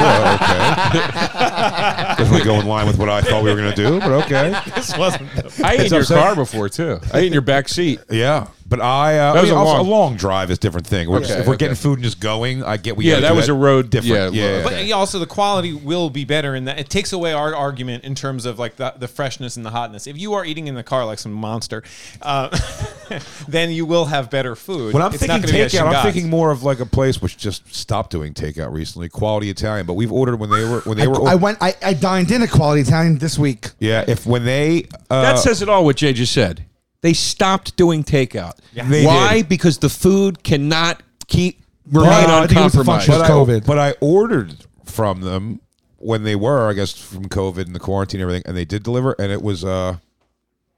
Speaker 5: Uh, okay. Doesn't really go in line with what I thought we were going to do, but okay.
Speaker 4: I ate in your
Speaker 5: upsetting.
Speaker 4: car before too. I ate in your back seat.
Speaker 5: Yeah. But I, uh,
Speaker 4: That
Speaker 5: I
Speaker 4: was
Speaker 5: mean,
Speaker 4: a
Speaker 5: also,
Speaker 4: long-
Speaker 5: a long drive is different thing. We're-
Speaker 4: Okay,
Speaker 5: if we're
Speaker 4: okay.
Speaker 5: getting food and just going, I get we
Speaker 4: Yeah,
Speaker 5: gotta
Speaker 4: that
Speaker 5: do
Speaker 4: was a road-
Speaker 5: different.
Speaker 4: yeah,
Speaker 5: Yeah,
Speaker 4: road.
Speaker 5: yeah.
Speaker 3: But yeah, also the quality will be better in that it takes away our argument in terms of like the, the freshness and the hotness. If you are eating in the car like some monster, uh, then you will have better food.
Speaker 5: When I'm
Speaker 3: It's not
Speaker 5: thinking
Speaker 3: gonna be a
Speaker 5: takeout, I'm
Speaker 3: Shingatsu.
Speaker 5: thinking more of like a place which just stopped doing takeout recently, Quality Italian. But we've ordered when they were when they
Speaker 1: I,
Speaker 5: were.
Speaker 1: I went. I, I dined in at Quality Italian this week.
Speaker 5: yeah, if when they uh,
Speaker 4: That says it all. What Jay just said. They stopped doing takeout.
Speaker 5: They
Speaker 4: Why?
Speaker 5: did.
Speaker 4: Because the food cannot keep
Speaker 1: But
Speaker 4: remain
Speaker 1: I think it was a
Speaker 4: uncompromised.
Speaker 1: function
Speaker 4: uh,
Speaker 1: of
Speaker 5: but I,
Speaker 1: COVID.
Speaker 5: but I ordered from them when they were, I guess, from COVID and the quarantine and everything, and they did deliver, and it was uh,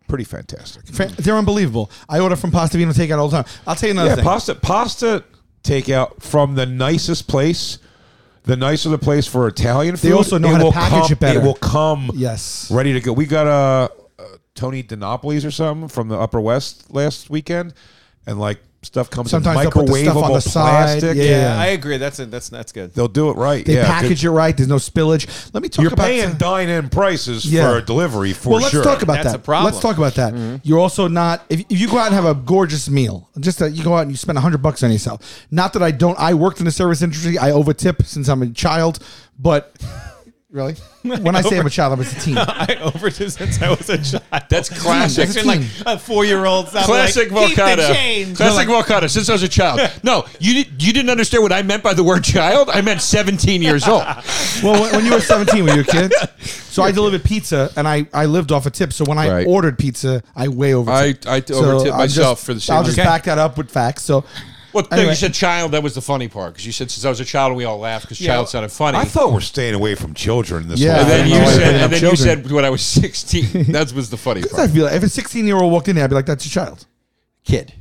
Speaker 5: pretty fantastic.
Speaker 1: Fa- They're unbelievable. I order from Pasta Vino takeout all the time. I'll tell you another
Speaker 5: Yeah,
Speaker 1: thing.
Speaker 5: pasta pasta takeout from the nicest place. The nicer the place for Italian food,
Speaker 1: also know how to
Speaker 5: will
Speaker 1: package
Speaker 5: come-
Speaker 1: it better.
Speaker 5: It will come
Speaker 1: Yes.
Speaker 5: ready to go. We got a, uh Tony Dinopoli's or something from the Upper West last weekend, and like stuff comes
Speaker 1: Sometimes
Speaker 5: in
Speaker 1: they'll put the
Speaker 5: microwavable
Speaker 1: stuff on the side,
Speaker 5: plastic.
Speaker 3: Yeah,
Speaker 1: yeah.
Speaker 3: I agree. That's it. That's that's good.
Speaker 5: They'll do it right.
Speaker 1: They
Speaker 5: yeah,
Speaker 1: package it right. There's no spillage. Let me talk
Speaker 5: You're
Speaker 1: about
Speaker 5: paying
Speaker 1: some-
Speaker 5: dine-in prices
Speaker 1: Yeah.
Speaker 5: for a delivery for
Speaker 1: well, let's
Speaker 5: sure.
Speaker 1: talk about
Speaker 3: That's
Speaker 1: that.
Speaker 3: a problem.
Speaker 1: Let's talk about that.
Speaker 4: Mm-hmm.
Speaker 1: You're also not if, if you go out and have a gorgeous meal, just that you go out and you spend hundred bucks on yourself. Not that I don't. I worked in the service industry. I overtip since I'm a child, but really, when I say I'm a child, I'm a teen.
Speaker 3: I overdid since I was a child.
Speaker 4: That's classic.
Speaker 3: It's been like a four-year-old.
Speaker 4: Classic
Speaker 3: like, Keep the
Speaker 4: Volcano.
Speaker 3: change.
Speaker 4: Classic Volcano. Since I was a child. No, you did, you didn't understand what I meant by the word child. I meant 17 years old.
Speaker 1: Well, when, when you were 17, were you a kid? So I delivered pizza, and I, I lived off a tip. So when I
Speaker 4: Right.
Speaker 1: ordered pizza, I way over.
Speaker 4: I- I overtip myself for the same
Speaker 1: I'll just
Speaker 4: reason.
Speaker 1: back that up with facts. So
Speaker 4: Well, no,
Speaker 1: Anyway.
Speaker 4: you said child. That was the funny part because you said since I was a child, we all laughed because child sounded funny.
Speaker 5: I thought we're staying away from children this
Speaker 1: Yeah.
Speaker 5: whole
Speaker 4: and then
Speaker 5: thing.
Speaker 1: I
Speaker 4: you
Speaker 1: don't know why they
Speaker 4: said,
Speaker 1: bring up
Speaker 4: and then you
Speaker 1: children.
Speaker 4: said when I was 16. That was the funny
Speaker 1: I
Speaker 4: part.
Speaker 1: feel like if a 16 year old walked in there, I'd be like, "That's a child.
Speaker 4: Kid.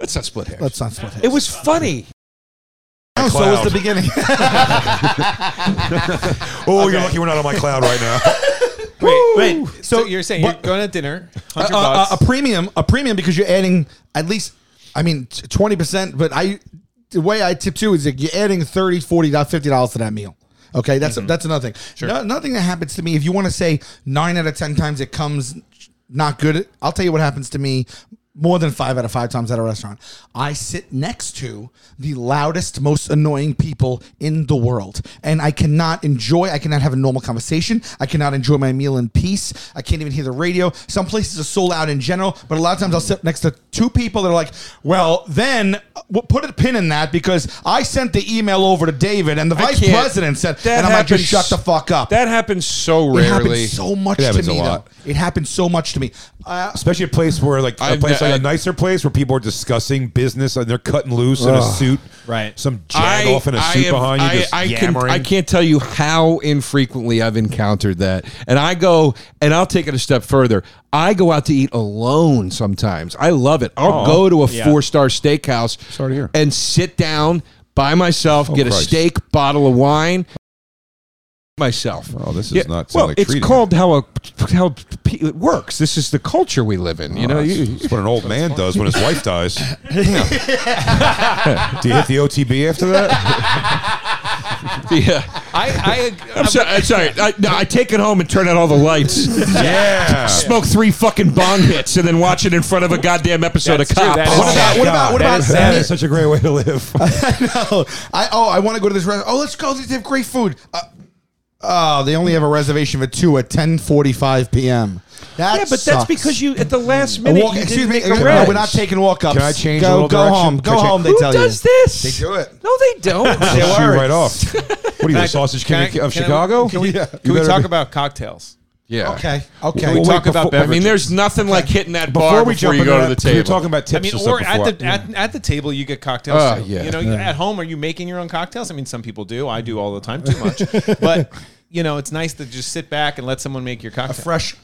Speaker 4: Let's not split hairs.
Speaker 1: That's not split hairs."
Speaker 4: it was funny.
Speaker 1: Oh, so was
Speaker 5: cloud.
Speaker 1: the beginning.
Speaker 5: oh, you're lucky we're not on my cloud right now.
Speaker 3: Wait, wait. So, Uh,
Speaker 1: So-
Speaker 3: you're saying
Speaker 1: but-
Speaker 3: you're going to dinner? Hundred
Speaker 1: a, a-
Speaker 3: bucks.
Speaker 1: a premium, a premium because you're adding at least, I mean, twenty percent. But I, the way I tip too is like you're adding 30 40 50 dollars to that meal. Okay, that's that's another thing. No, nothing that happens to me. If you want to say nine out of ten times it comes not good, I'll tell you what happens to me more than five out of five times at a restaurant. I sit next to the loudest, most annoying people in the world. And I cannot enjoy, I cannot have a normal conversation. I cannot enjoy my meal in peace. I can't even hear the radio. Some places are so loud in general, but a lot of times I'll sit next to two people that are like, well, then uh, we'll put a pin in that because I sent the email over to David and the vice
Speaker 4: can't.
Speaker 1: president said,
Speaker 4: That
Speaker 1: and I'm like, just
Speaker 4: happens-
Speaker 1: shut the fuck up.
Speaker 4: That happens so
Speaker 1: it
Speaker 4: rarely.
Speaker 1: happened so much
Speaker 5: It
Speaker 1: to
Speaker 5: happens a
Speaker 1: me, though.
Speaker 5: lot.
Speaker 1: It happened so much to me. Uh,
Speaker 5: Especially a place where like a
Speaker 4: I've
Speaker 5: place
Speaker 4: ne-
Speaker 5: like
Speaker 4: I-
Speaker 5: a nicer place where people are discussing business and they're cutting loose in a suit.
Speaker 3: Right.
Speaker 5: Some jag off in a suit
Speaker 4: am-
Speaker 5: behind you
Speaker 4: I-
Speaker 5: just
Speaker 4: I can,
Speaker 5: yammering.
Speaker 4: I can't tell you how infrequently I've encountered that. And I go, and I'll take it a step further. I go out to eat alone sometimes. I love it. I'll go to a
Speaker 3: Yeah.
Speaker 4: four star steakhouse
Speaker 5: Sorry to hear.
Speaker 4: and sit down by myself, get a
Speaker 5: Oh, Christ.
Speaker 4: steak, bottle of wine. Myself.
Speaker 5: Oh, this is
Speaker 4: Yeah,
Speaker 5: not
Speaker 4: Well,
Speaker 5: sound like
Speaker 4: it's
Speaker 5: treating.
Speaker 4: called how a how p- it works. This is the culture we live in. You
Speaker 5: Oh,
Speaker 4: know, you,
Speaker 5: That's what an old man does when his wife dies. Do you hit the OTB after that?
Speaker 4: yeah.
Speaker 3: I, I, uh,
Speaker 4: I'm sorry. I'm sorry. I, no, I take it home and turn out all the lights.
Speaker 5: yeah.
Speaker 4: smoke three fucking bong hits and then watch it in front of a goddamn episode
Speaker 3: That's
Speaker 4: of
Speaker 3: true.
Speaker 4: Cop.
Speaker 3: That
Speaker 1: what
Speaker 3: is-
Speaker 1: about what about what
Speaker 3: That
Speaker 1: about
Speaker 3: is
Speaker 5: That is such a great way to live.
Speaker 1: no, I oh, I want to go to this restaurant. Oh, let's go. They have great food. Uh, oh, they only have a reservation for two at ten forty-five p.m. That
Speaker 4: yeah, but that's
Speaker 1: sucks.
Speaker 4: because you at the last
Speaker 1: A
Speaker 4: minute.
Speaker 1: walk,
Speaker 4: you
Speaker 1: excuse
Speaker 4: didn't
Speaker 1: me,
Speaker 4: make
Speaker 1: no,
Speaker 4: a rest.
Speaker 1: we're not taking walk-ups.
Speaker 5: Can I change a
Speaker 1: Go,
Speaker 5: little
Speaker 1: go
Speaker 5: direction?
Speaker 1: home,
Speaker 5: Can I
Speaker 1: go
Speaker 5: change-
Speaker 1: home. They
Speaker 4: Who
Speaker 1: tell
Speaker 4: does
Speaker 1: you
Speaker 4: this?
Speaker 1: They do it.
Speaker 4: No, they don't.
Speaker 5: Shoot
Speaker 1: works.
Speaker 5: right off. What are you, the sausage king
Speaker 3: can I-
Speaker 5: of- of
Speaker 3: can I-
Speaker 5: Chicago?
Speaker 3: Can we,
Speaker 5: You
Speaker 3: can we
Speaker 5: better
Speaker 3: talk
Speaker 5: be-
Speaker 3: about cocktails?
Speaker 4: yeah.
Speaker 1: Okay, okay.
Speaker 5: Well, wait,
Speaker 4: Talk about
Speaker 5: before-
Speaker 4: beverages. I mean, there's nothing like hitting that
Speaker 5: before
Speaker 4: bar
Speaker 5: we
Speaker 4: before
Speaker 5: jump
Speaker 4: you
Speaker 5: into
Speaker 4: go
Speaker 5: that,
Speaker 4: to the
Speaker 5: because
Speaker 4: table.
Speaker 5: You're talking about tips.
Speaker 3: I mean,
Speaker 5: and stuff
Speaker 3: or
Speaker 5: before.
Speaker 3: at the at, at the table you get cocktails.
Speaker 5: Ah,
Speaker 4: Oh,
Speaker 3: too.
Speaker 4: yeah.
Speaker 3: You know, at home, are you making your own cocktails? I mean, some people do. I do all the time, too much. but you know, it's nice to just sit back and let someone make your
Speaker 1: a
Speaker 3: cocktail.
Speaker 1: fresh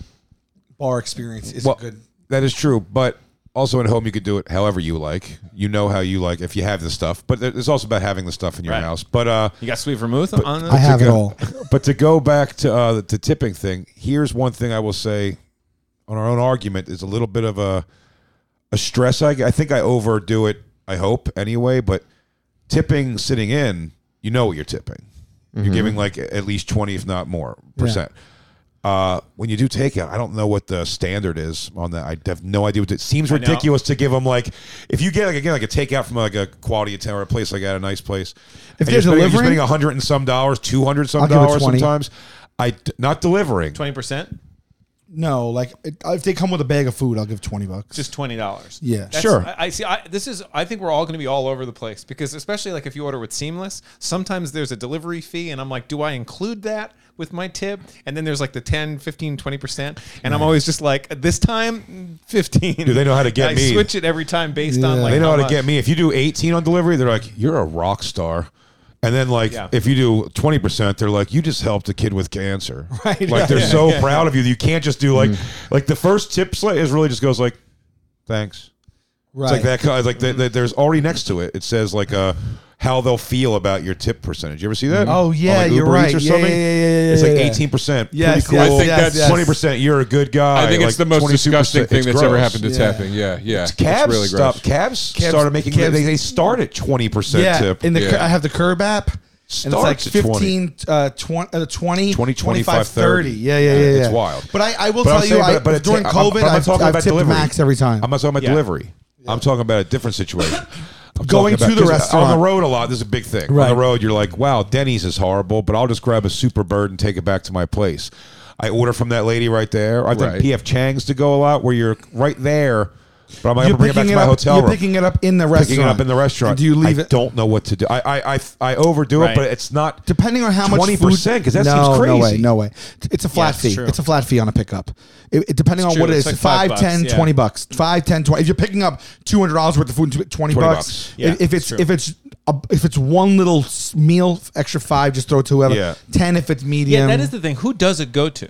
Speaker 1: bar experience is
Speaker 5: Well,
Speaker 1: good.
Speaker 5: That is true, but also at home you could do it however you like. You know how you like if you have the stuff, but there- it's also about having the stuff in your
Speaker 3: Right.
Speaker 5: house. But uh,
Speaker 3: you got sweet vermouth on
Speaker 1: I have it
Speaker 5: go-
Speaker 1: all.
Speaker 5: but to go back to uh, the, the tipping thing, here's one thing I will say on our own argument is a little bit of a a stress. I, I think I overdo it. I hope anyway, but tipping sitting
Speaker 1: Mm-hmm.
Speaker 5: in, you know what you're tipping. You're giving like at least twenty, if not more, percent. Uh, when you do takeout, I don't know what the standard is on that. I have no idea. What it seems ridiculous to give them like if you get like again like a takeout from like a quality hotel or a place like at a nice place. and
Speaker 1: there's
Speaker 5: you're spending, you're
Speaker 1: delivery-
Speaker 5: spending a hundred and some dollars, two hundred some
Speaker 1: I'll give it
Speaker 5: dollars
Speaker 1: 20.
Speaker 5: sometimes. I d- not delivering.
Speaker 3: Twenty percent,
Speaker 1: No, like it- if they come with a bag of food, I'll give twenty bucks.
Speaker 3: just twenty dollars.
Speaker 1: Yeah.
Speaker 5: Sure.
Speaker 3: I, I see. I, this is. I think we're all going to be all over the place because, especially like if you order with Seamless, sometimes there's a delivery fee, and I'm like, do I include that with my tip? And then there's like the 10, 15, 20 percent, and I'm always just like, this time, fifteen. Do
Speaker 5: they know how to get
Speaker 3: I
Speaker 5: me.
Speaker 3: switch it every time based on
Speaker 1: Yeah.
Speaker 3: like
Speaker 5: they know how,
Speaker 3: much.
Speaker 5: to get me. If you do 18 on delivery, they're like, you're a rock star. And then, like,
Speaker 3: Yeah.
Speaker 5: if you do 20%, they're like, you just helped a kid with cancer. Right. Like, they're so proud of you. You can't just do,
Speaker 1: Mm.
Speaker 5: like, like the first tip slate is really just goes, like, thanks.
Speaker 1: right.
Speaker 5: It's like that. kind- Like, the, the, there's already next to it, it says, like, uh, how they'll feel about your tip percentage. You ever see that?
Speaker 1: Oh, yeah,
Speaker 5: On, like,
Speaker 1: you're
Speaker 5: Uber
Speaker 1: right.
Speaker 5: Eats Or
Speaker 1: Yeah,
Speaker 5: something?
Speaker 1: yeah, yeah, yeah,
Speaker 5: It's
Speaker 1: yeah, yeah.
Speaker 5: like 18%.
Speaker 1: Yes,
Speaker 5: Pretty cool.
Speaker 1: yes,
Speaker 4: I think yes, that's- yes.
Speaker 5: 20%. You're a good guy.
Speaker 4: I think
Speaker 5: Like,
Speaker 4: it's the most
Speaker 5: 22%.
Speaker 4: disgusting thing
Speaker 5: It's
Speaker 4: that's ever
Speaker 5: gross.
Speaker 4: happened to
Speaker 1: Yeah.
Speaker 4: tapping. Yeah, yeah. It's
Speaker 5: Cabs
Speaker 4: really gross.
Speaker 5: stopped. Cabs, started making.
Speaker 1: cabs-
Speaker 5: they, they start at twenty percent
Speaker 1: yeah,
Speaker 5: tip.
Speaker 1: in the cur-
Speaker 4: Yeah.
Speaker 1: I have the curb app. And it's like
Speaker 5: Starts at 20.
Speaker 1: 15, uh, 20, uh, 20,
Speaker 5: 20,
Speaker 1: Yeah, yeah, yeah, yeah.
Speaker 5: It's wild.
Speaker 1: But I, I will
Speaker 5: But I'm
Speaker 1: tell you,
Speaker 5: saying-
Speaker 1: I,
Speaker 5: but- but it-
Speaker 1: during
Speaker 5: I'm-
Speaker 1: COVID,
Speaker 5: I'm not
Speaker 1: I've,
Speaker 5: talking
Speaker 1: I've
Speaker 5: about
Speaker 1: tipped
Speaker 5: delivery.
Speaker 1: max every time.
Speaker 5: I'm not talking about delivery. I'm talking about a different situation. I'm
Speaker 1: Going
Speaker 5: talking
Speaker 1: to the
Speaker 5: 'cause
Speaker 1: restaurant.
Speaker 5: on the road a lot. This is a big thing.
Speaker 1: Right.
Speaker 5: On the road, you're like, wow, Denny's is horrible, but I'll just grab a super bird and take it back to my place. I order from that lady right there. I've done
Speaker 4: Right.
Speaker 5: PF Chang's to go a lot, where you're right there, but I'm not
Speaker 1: you're
Speaker 5: gonna bring it back
Speaker 1: picking
Speaker 5: to
Speaker 1: it
Speaker 5: my
Speaker 1: up.
Speaker 5: hotel
Speaker 1: you're
Speaker 5: room.
Speaker 1: picking it up in the restaurant.
Speaker 5: picking it up in the restaurant.
Speaker 1: And do you leave
Speaker 5: I
Speaker 1: it?
Speaker 5: Don't know what to do. I I I, I overdo it,
Speaker 3: Right.
Speaker 5: but it's not
Speaker 1: Depending on how much
Speaker 5: twenty percent because that
Speaker 1: no,
Speaker 5: seems crazy.
Speaker 1: No way, no way. It's a flat
Speaker 3: it's
Speaker 1: fee.
Speaker 3: true.
Speaker 1: It's a flat fee on a pickup. It, it- depending on
Speaker 3: true.
Speaker 1: what it is,
Speaker 3: It's like
Speaker 1: five,
Speaker 3: five
Speaker 1: 10,
Speaker 3: bucks, yeah.
Speaker 1: 20 bucks. Five, 10, 20. If you're picking up two hundred dollars worth of food, tw- twenty,
Speaker 5: 20
Speaker 1: bucks.
Speaker 5: bucks.
Speaker 3: Yeah,
Speaker 1: if, if it's
Speaker 3: it's true.
Speaker 1: if it's a, if it's one little s- meal, extra five, just throw it to whoever.
Speaker 5: Yeah.
Speaker 1: Ten if it's medium.
Speaker 3: Yeah, that is the thing. Who does it go to?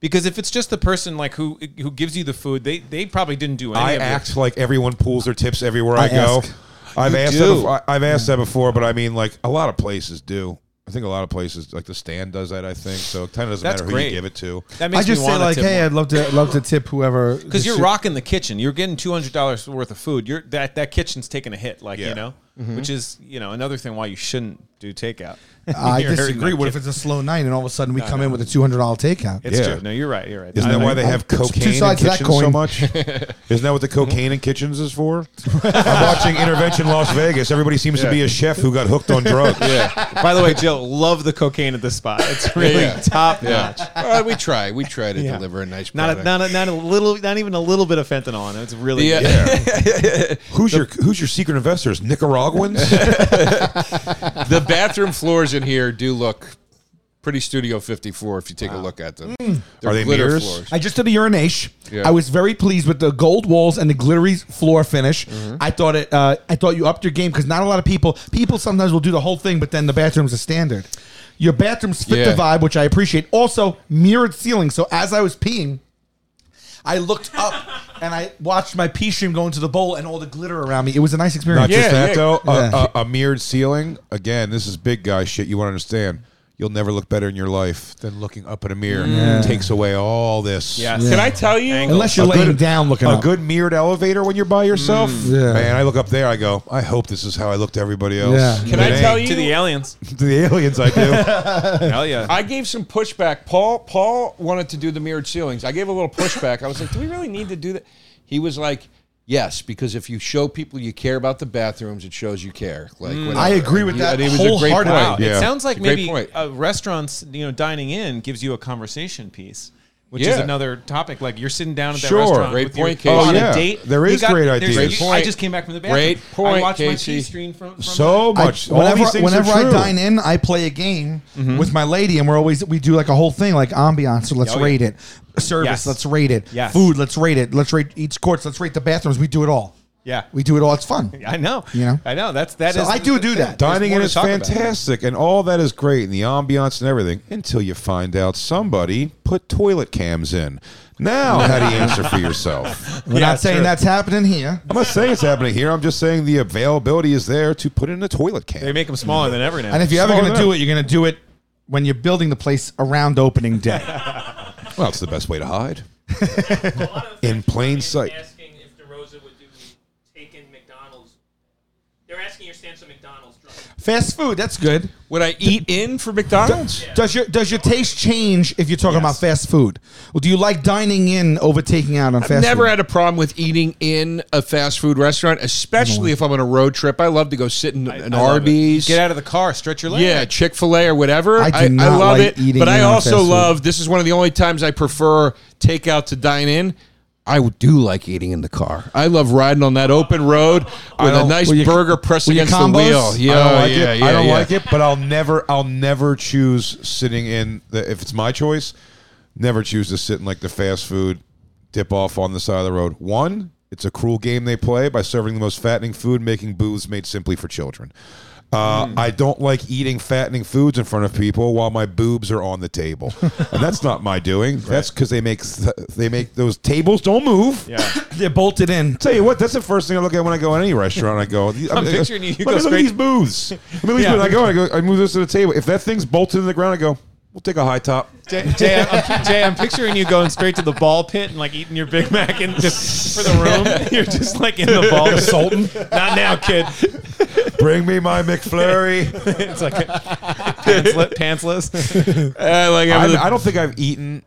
Speaker 3: Because if it's just the person like who who gives you the food, they they probably didn't do any
Speaker 5: I
Speaker 3: of it.
Speaker 5: act like everyone pools their tips everywhere I,
Speaker 1: I
Speaker 5: go.
Speaker 1: ask.
Speaker 5: I've
Speaker 4: You
Speaker 5: asked
Speaker 4: do.
Speaker 5: that before. I've asked that before, but I mean, like a lot of places do. I think a lot of places, like the stand, does that. I think so. It kind of doesn't
Speaker 3: That's
Speaker 5: matter who
Speaker 3: great.
Speaker 5: you give it to.
Speaker 3: That
Speaker 1: I
Speaker 3: makes
Speaker 1: just
Speaker 3: me
Speaker 1: say
Speaker 3: want
Speaker 1: like,
Speaker 3: to tip
Speaker 1: hey, I'd love to love to tip whoever
Speaker 3: because you're
Speaker 1: Just-
Speaker 3: rocking the kitchen. You're getting two hundred dollars worth of food. You're that that kitchen's taking a hit, like
Speaker 5: Yeah.
Speaker 3: you know, which is you know another thing why you shouldn't do takeout.
Speaker 1: I
Speaker 3: You're hurting
Speaker 1: disagree.
Speaker 3: that
Speaker 1: What if
Speaker 3: kid.
Speaker 1: it's a slow night and all of a sudden we come in with a two hundred dollar takeout?
Speaker 3: It's
Speaker 5: Yeah.
Speaker 3: true. No, you're right. You're right.
Speaker 5: Isn't
Speaker 3: I-
Speaker 5: that why
Speaker 3: I-
Speaker 5: they have cocaine in
Speaker 1: sides to that
Speaker 5: kitchens so
Speaker 1: coin.
Speaker 5: much? Isn't that what the cocaine in kitchens is for? I'm watching Intervention Las Vegas. Everybody seems to be a chef who got hooked on drugs. yeah.
Speaker 3: By the way, Jill, love the cocaine at the spot. It's really
Speaker 4: yeah.
Speaker 3: top
Speaker 4: Yeah.
Speaker 3: notch.
Speaker 4: All right, we try. We try to deliver a nice
Speaker 3: Not
Speaker 4: product.
Speaker 3: a, not
Speaker 4: uh,
Speaker 3: a, not a little, not even a little bit of fentanyl in it. It's really
Speaker 4: yeah.
Speaker 3: good.
Speaker 5: Who's your Who's your secret investors? Nicaraguans?
Speaker 4: the bathroom floors in here do look pretty Studio 54 if you take a look at them. They're
Speaker 5: Are they
Speaker 4: glitter
Speaker 5: mirrors?
Speaker 4: floors.
Speaker 1: I just did a urination.
Speaker 4: Yeah.
Speaker 1: I was very pleased with the gold walls and the glittery floor finish. I thought it. Uh, I thought you upped your game because not a lot of people. People sometimes will do the whole thing, but then the bathroom's a standard. Your bathrooms fit
Speaker 4: Yeah.
Speaker 1: the vibe, which I appreciate. Also, mirrored ceiling. So as I was peeing, I looked up and I watched my pee stream go into the bowl and all the glitter around me. It was a nice experience.
Speaker 5: Not just that
Speaker 4: yeah.
Speaker 5: though. A-
Speaker 1: Yeah.
Speaker 5: A, a mirrored ceiling. Again, this is big guy shit. You want to understand? You'll never look better in your life than looking up at a mirror.
Speaker 1: Mm.
Speaker 5: Takes away all this.
Speaker 3: Yes.
Speaker 4: Can I tell you?
Speaker 1: Unless you're
Speaker 5: A
Speaker 1: laying
Speaker 5: good-
Speaker 1: down looking
Speaker 5: a
Speaker 1: up.
Speaker 5: good mirrored elevator when you're by yourself.
Speaker 1: Mm. Yeah.
Speaker 5: Man, I look up there. I go. I hope this is how I look to everybody else.
Speaker 1: Yeah.
Speaker 4: Can I
Speaker 5: It
Speaker 4: tell
Speaker 5: ain't.
Speaker 4: you?
Speaker 3: To the aliens,
Speaker 5: To the aliens, I do.
Speaker 3: hell yeah.
Speaker 4: I gave some pushback. Paul Paul wanted to do the mirrored ceilings. I gave a little pushback. I was like, "Do we really need to do that?" He was like, "Yes, because if you show people you care about the bathrooms, it shows you care." Like whatever.
Speaker 1: I agree with
Speaker 4: And
Speaker 1: that
Speaker 4: and
Speaker 1: wholeheartedly.
Speaker 4: point.
Speaker 5: Yeah.
Speaker 3: It sounds like
Speaker 4: It's a great
Speaker 3: maybe
Speaker 4: point.
Speaker 3: uh, restaurants, you know, dining in gives you a conversation piece, which is
Speaker 4: Yeah.
Speaker 3: another topic. Like you're sitting down at that
Speaker 5: Sure.
Speaker 3: restaurant
Speaker 4: Great
Speaker 3: with
Speaker 4: point,
Speaker 3: your,
Speaker 4: Casey.
Speaker 3: on
Speaker 5: Oh, yeah.
Speaker 3: a date.
Speaker 5: There
Speaker 3: You
Speaker 5: is great
Speaker 3: there's-
Speaker 5: ideas.
Speaker 4: Great
Speaker 3: I
Speaker 4: point.
Speaker 3: just came back from the bathroom.
Speaker 4: Great point,
Speaker 3: I watched my
Speaker 4: Casey.
Speaker 3: pee stream from, from
Speaker 5: so
Speaker 1: I-
Speaker 5: much. All
Speaker 1: whenever
Speaker 5: these things
Speaker 1: whenever
Speaker 5: are
Speaker 1: I
Speaker 5: true.
Speaker 1: dine in, I play a game
Speaker 3: Mm-hmm.
Speaker 1: with my lady, and we're always we do like a whole thing like ambiance. So let's
Speaker 3: Oh, yeah.
Speaker 1: rate it. Service,
Speaker 3: Yes.
Speaker 1: let's rate it.
Speaker 3: Yes.
Speaker 1: Food, let's rate it. Let's rate each course. Let's rate the bathrooms. We do it all.
Speaker 3: Yeah.
Speaker 1: we do it all. It's fun.
Speaker 3: I know.
Speaker 1: You know?
Speaker 3: I know. That's that is.
Speaker 1: So I do do that.
Speaker 3: There's
Speaker 5: Dining
Speaker 3: more
Speaker 5: in
Speaker 3: to
Speaker 5: is
Speaker 3: talk about.
Speaker 5: fantastic, and all that is great, and the ambiance and everything, until you find out somebody put toilet cams in. Now, how do you answer for yourself?
Speaker 1: We're
Speaker 3: Yeah,
Speaker 1: not saying
Speaker 3: sure.
Speaker 1: that's happening here.
Speaker 5: I'm not saying it's happening here. I'm just saying the availability is there to put in a toilet
Speaker 3: They
Speaker 5: cam.
Speaker 3: make them smaller than ever now.
Speaker 1: And if you're ever
Speaker 5: Small
Speaker 1: going to
Speaker 5: enough.
Speaker 1: do it, you're going to do it when you're building the place around opening day.
Speaker 5: Well, it's the best way to hide. In plain sight.
Speaker 8: Asking if DeRosa would do take in McDonald's. They're asking your stance on McDonald's. Drunk.
Speaker 7: Fast food, that's good.
Speaker 4: Would I eat in for McDonald's?
Speaker 1: Does your does your taste change if you're talking about fast food? Well, do you like dining in over taking out on fast
Speaker 4: Never
Speaker 1: food?
Speaker 4: had a problem with eating in a fast food restaurant, especially if I'm on a road trip. I love to go sit in an
Speaker 2: I love it.
Speaker 4: Arby's.
Speaker 2: Get out of the car, stretch your leg.
Speaker 4: Yeah, Chick Fil A or whatever.
Speaker 1: I
Speaker 4: I,
Speaker 1: do
Speaker 4: I,
Speaker 1: not
Speaker 4: love
Speaker 1: like
Speaker 4: it,
Speaker 1: eating
Speaker 4: but I
Speaker 1: in on
Speaker 4: also
Speaker 1: fast food.
Speaker 4: love. This is one of the only times I prefer takeout to dine in. I do like eating in the car. I love riding on that open road with a
Speaker 5: don't-
Speaker 4: nice
Speaker 1: your-
Speaker 4: burger pressed
Speaker 1: with your
Speaker 4: against the
Speaker 1: combos?
Speaker 4: wheel. Yeah,
Speaker 5: I don't like
Speaker 4: yeah,
Speaker 5: it.
Speaker 4: yeah.
Speaker 5: I don't
Speaker 4: yeah.
Speaker 5: like it, but I'll never, I'll never choose sitting in the. If it's my choice, never choose to sit in like the fast food dip off on the side of the road. One, it's a cruel game they play by serving the most fattening food, making booths made simply for children. Uh,
Speaker 4: Hmm.
Speaker 5: I don't like eating fattening foods in front of people while my boobs are on the table, and that's not my doing. That's because they make they make those tables don't move.
Speaker 1: They're bolted in.
Speaker 5: Tell you what, that's the first thing I look at when I go in any restaurant. I go, I'm
Speaker 2: picturing you, you
Speaker 5: look,
Speaker 2: go
Speaker 5: look
Speaker 2: straight-
Speaker 5: at these booths. Look at these booths. I go, I go, I move this to the table. If that thing's bolted in the ground, I go, we'll take a high top.
Speaker 2: Jay, Jay, I'm, Jay, I'm picturing you going straight to the ball pit and like eating your Big Mac and just for the room. You're just like in the ball. Sultan? Not now, kid.
Speaker 5: Bring me my McFlurry.
Speaker 2: It's like pantsless. pantsless.
Speaker 4: I Eh, like having
Speaker 5: I'm,
Speaker 4: the-
Speaker 5: I don't think I've eaten,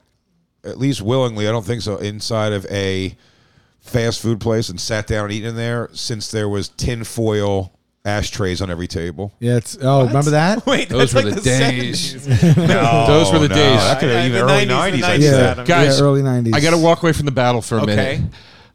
Speaker 5: at least willingly. I don't think so. Inside of a fast food place and sat down and eaten in there since there was tin foil ashtrays on every table.
Speaker 1: Yeah, it's oh, remember that?
Speaker 2: Wait,
Speaker 4: Those
Speaker 2: that's
Speaker 4: were
Speaker 2: like
Speaker 4: the
Speaker 2: the,
Speaker 4: days.
Speaker 2: 70s.
Speaker 5: No,
Speaker 4: Those were the days.
Speaker 5: That could
Speaker 2: I- I-
Speaker 5: have even
Speaker 2: the 90s,
Speaker 5: early
Speaker 2: the
Speaker 5: nineties. I
Speaker 2: 90s,
Speaker 5: said.
Speaker 2: Adam.
Speaker 4: Guys,
Speaker 1: yeah, early nineties.
Speaker 4: I got to walk away from the battle for a
Speaker 2: Okay.
Speaker 4: minute.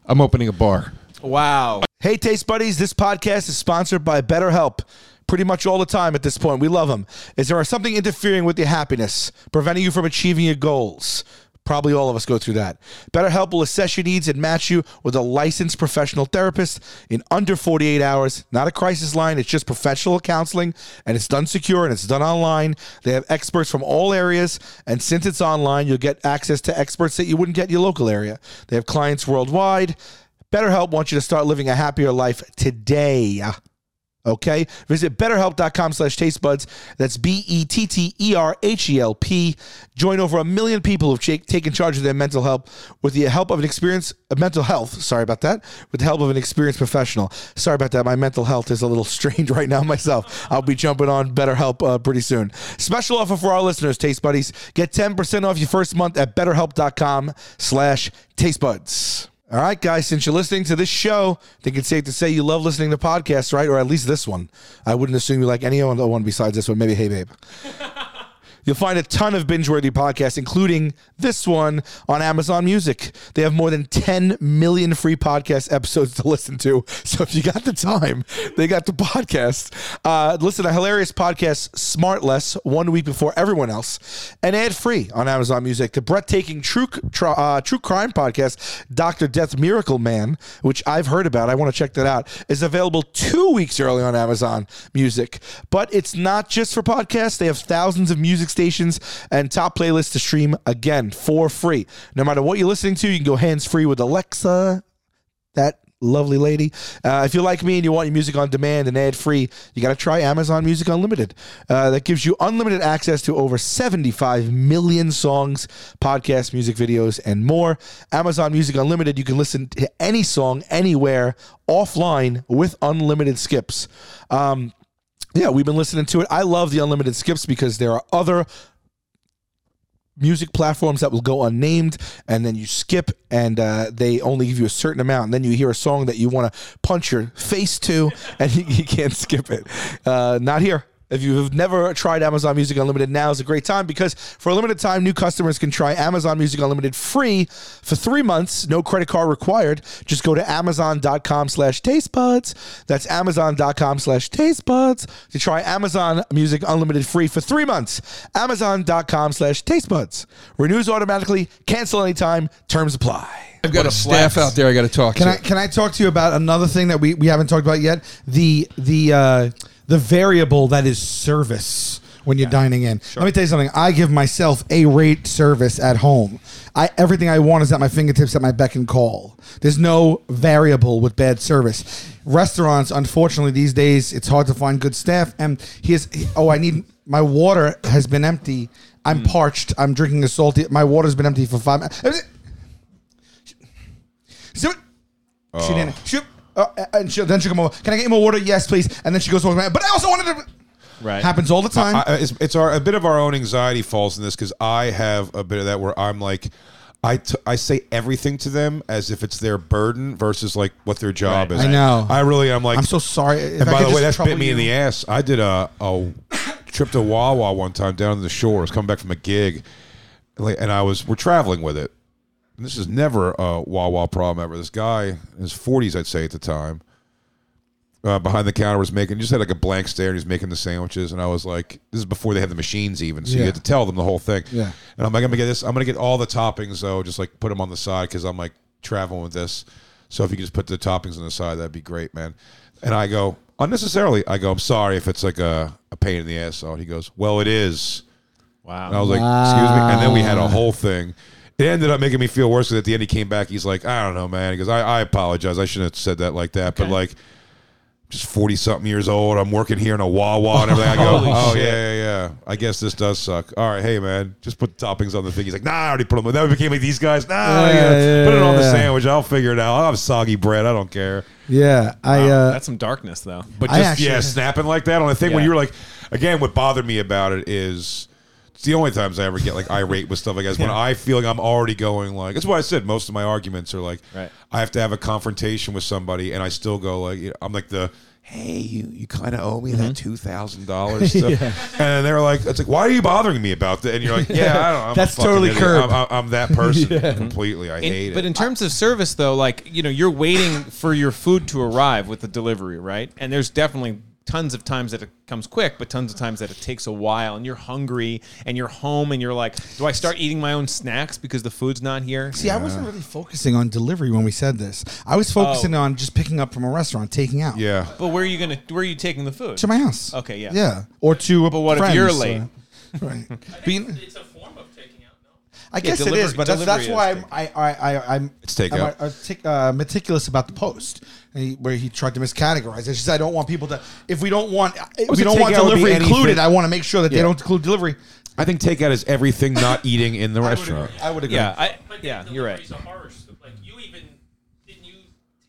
Speaker 4: I'm opening a bar.
Speaker 2: Wow.
Speaker 7: Hey, Taste Buddies, this podcast is sponsored by BetterHelp. Pretty much all the time at this point. We love them. Is there something interfering with your happiness, preventing you from achieving your goals? Probably all of us go through that. BetterHelp will assess your needs and match you with a licensed professional therapist in under 48 hours. Not a crisis line, it's just professional counseling, and it's done secure and it's done online. They have experts from all areas, and since it's online, you'll get access to experts that you wouldn't get in your local area. They have clients worldwide. BetterHelp wants you to start living a happier life today. Okay? Visit betterhelp.com slash tastebuds. That's E B-E-T-T-E-R-H-E-L-P. E Join over a million people who've cha- taken charge of their mental health with the help of an experienced uh, mental health. Sorry about that. With the help of an experienced professional. Sorry about that. My mental health is a little strained right now myself. I'll be jumping on BetterHelp uh, pretty soon. Special offer for our listeners, Taste Buddies. Get 10% off your first month at betterhelp.com slash tastebuds. All right, guys, since you're listening to this show, I think it's safe to say you love listening to podcasts, right? Or at least this one. I wouldn't assume you like any other one besides this one. Maybe Hey Babe. You'll find a ton of binge worthy podcasts, including this one on Amazon Music. They have more than 10 million free podcast episodes to listen to. So if you got the time, they got the podcast. Uh, listen to hilarious podcast Smart Less one week before everyone else and ad free on Amazon Music. The breathtaking true, tr- uh, true crime podcast, Dr. Death Miracle Man, which I've heard about. I want to check that out, is available two weeks early on Amazon Music. But it's not just for podcasts. They have thousands of music stations and top playlists to stream again for free. No matter what you're listening to, you can go hands free with Alexa that lovely lady. Uh, if you're like me and you want your music on demand and ad free, you got to try Amazon Music Unlimited. Uh, that gives you unlimited access to over 75 million songs, podcasts, music videos, and more. Amazon Music Unlimited, you can listen to any song anywhere offline with unlimited skips. Um, yeah, we've been listening to it. I love the unlimited skips because there are other music platforms that will go unnamed and then you skip and uh, they only give you a certain amount and then you hear a song that you want to punch your face to and you, you can't skip it uh, not here if you've never tried Amazon Music Unlimited, now is a great time because for a limited time, new customers can try Amazon Music Unlimited free for three months, no credit card required. Just go to amazon.com slash tastebuds. That's amazon.com slash tastebuds to try Amazon Music Unlimited free for three months. Amazon.com slash tastebuds. Renews automatically, cancel anytime, terms apply.
Speaker 4: I've got a staff out there I got to talk
Speaker 1: Can
Speaker 4: to.
Speaker 1: I can I talk to you about another thing that we, we haven't talked about yet? The the uh, the variable that is service when you're dining in. Let me tell you something. I give myself a rate service at home. I everything I want is at my fingertips at my beck and call. There's no variable with bad service. Restaurants, unfortunately, these days it's hard to find good staff. And here's oh, I need my water has been empty. I'm parched. I'm drinking a salty. My water's been empty for five minutes. So, she uh, didn't. She, uh, and she, then she come over. Can I get you more water? Yes, please. And then she goes over. But I also wanted to.
Speaker 3: Right.
Speaker 1: Happens all the time.
Speaker 5: I, I- it's it's our, a bit of our own anxiety falls in this because I have a bit of that where I'm like, I, t- I say everything to them as if it's their burden versus like what their job
Speaker 3: Right,
Speaker 5: is.
Speaker 1: right. I know.
Speaker 5: I really am like.
Speaker 1: I'm so sorry. If
Speaker 5: and
Speaker 1: I
Speaker 5: by
Speaker 1: could
Speaker 5: the way,
Speaker 1: just
Speaker 5: that bit
Speaker 1: trouble
Speaker 5: me in
Speaker 1: you.
Speaker 5: the ass. I did a, a trip to Wawa one time down in the shores, coming back from a gig, like, and I was we're traveling with it. And this is never a Wawa problem ever. This guy in his 40s, I'd say at the time, uh, behind the counter was making just had like a blank stare and he's making the sandwiches and I was like this is before they had the machines even so you
Speaker 1: Yeah.
Speaker 5: had to tell them the whole thing
Speaker 1: Yeah.
Speaker 5: and I'm like I'm gonna get this I'm gonna get all the toppings though just like put them on the side because I'm like traveling with this so if you could just put the toppings on the side that'd be great man and I go unnecessarily I go I'm sorry if it's like a, a pain in the ass so he goes well it is
Speaker 3: Wow.
Speaker 5: and I was like, excuse me. And then we had a whole thing. It ended up making me feel worse because at the end he came back. He's like, I don't know, man. He goes, I, I apologize. I shouldn't have said that like that. But like, just 40 something years old. I'm working here in a Wawa and everything. I go, oh, yeah, yeah, yeah. I guess this does suck. All right, hey, man, just put toppings on the thing. He's like, nah, I already put them on. That became like these guys. Nah, I
Speaker 1: Oh, Yeah,
Speaker 5: gotta
Speaker 1: yeah,
Speaker 5: put it on the
Speaker 1: yeah.
Speaker 5: sandwich. I'll figure it out. I'll have soggy bread. I don't care.
Speaker 1: Yeah, I.
Speaker 2: Wow,
Speaker 1: Uh,
Speaker 2: that's some darkness, though.
Speaker 5: But
Speaker 1: I
Speaker 5: just
Speaker 1: actually-
Speaker 5: yeah, snapping like that on a thing when
Speaker 3: Yeah.
Speaker 5: you were like, again, what bothered me about it is it's the only times I ever get like irate with stuff like that is when I feel like I'm already going like that's why I said most of my arguments are like
Speaker 3: Right.
Speaker 5: I have to have a confrontation with somebody and I still go like you know, I'm like the hey you you kind of owe me
Speaker 7: Mm-hmm.
Speaker 5: that two thousand dollars and they're like it's like why are you bothering me about that and you're like yeah I don't, I'm a
Speaker 1: That's
Speaker 5: fucking
Speaker 1: totally
Speaker 5: idiot.
Speaker 1: curb.
Speaker 5: I'm, I'm that person completely I hate
Speaker 3: In- but
Speaker 5: it
Speaker 3: in terms of service, though, like you know, you're waiting for your food to arrive with the delivery, right? And there's definitely tons of times that it comes quick, but tons of times that it takes a while, and you're hungry, and you're home, and you're like, do I start eating my own snacks because the food's not here?
Speaker 1: see, I wasn't really focusing on delivery when we said this. I was focusing on just picking up from a restaurant, taking out.
Speaker 5: yeah
Speaker 3: But where are you gonna? Where are you taking the food?
Speaker 1: To my house.
Speaker 3: Okay, yeah.
Speaker 1: Yeah. Or to a
Speaker 3: But what if
Speaker 1: friend's,
Speaker 3: you're late?
Speaker 1: uh, right.
Speaker 8: It's, it's a form of taking out. No,
Speaker 1: I guess
Speaker 3: delivery-
Speaker 1: it is, but that's, that's
Speaker 3: delivery
Speaker 1: why
Speaker 3: is
Speaker 1: I'm, I, I, I, I'm.
Speaker 5: It's
Speaker 1: I'm
Speaker 5: takeout.
Speaker 1: artic- uh, meticulous about the post, and he, where he tried to miscategorize. It's just I don't want people to. If we don't want, if we
Speaker 5: so
Speaker 1: don't want
Speaker 5: takeout would be
Speaker 1: delivery
Speaker 5: anything.
Speaker 1: included, I want to make sure that they don't include delivery.
Speaker 5: I think takeout is everything not eating in the restaurant
Speaker 1: I would agree.
Speaker 3: yeah, I,
Speaker 8: but
Speaker 3: yeah,
Speaker 8: the
Speaker 3: you're right.
Speaker 8: delivery's a horror. st- Like you even didn't you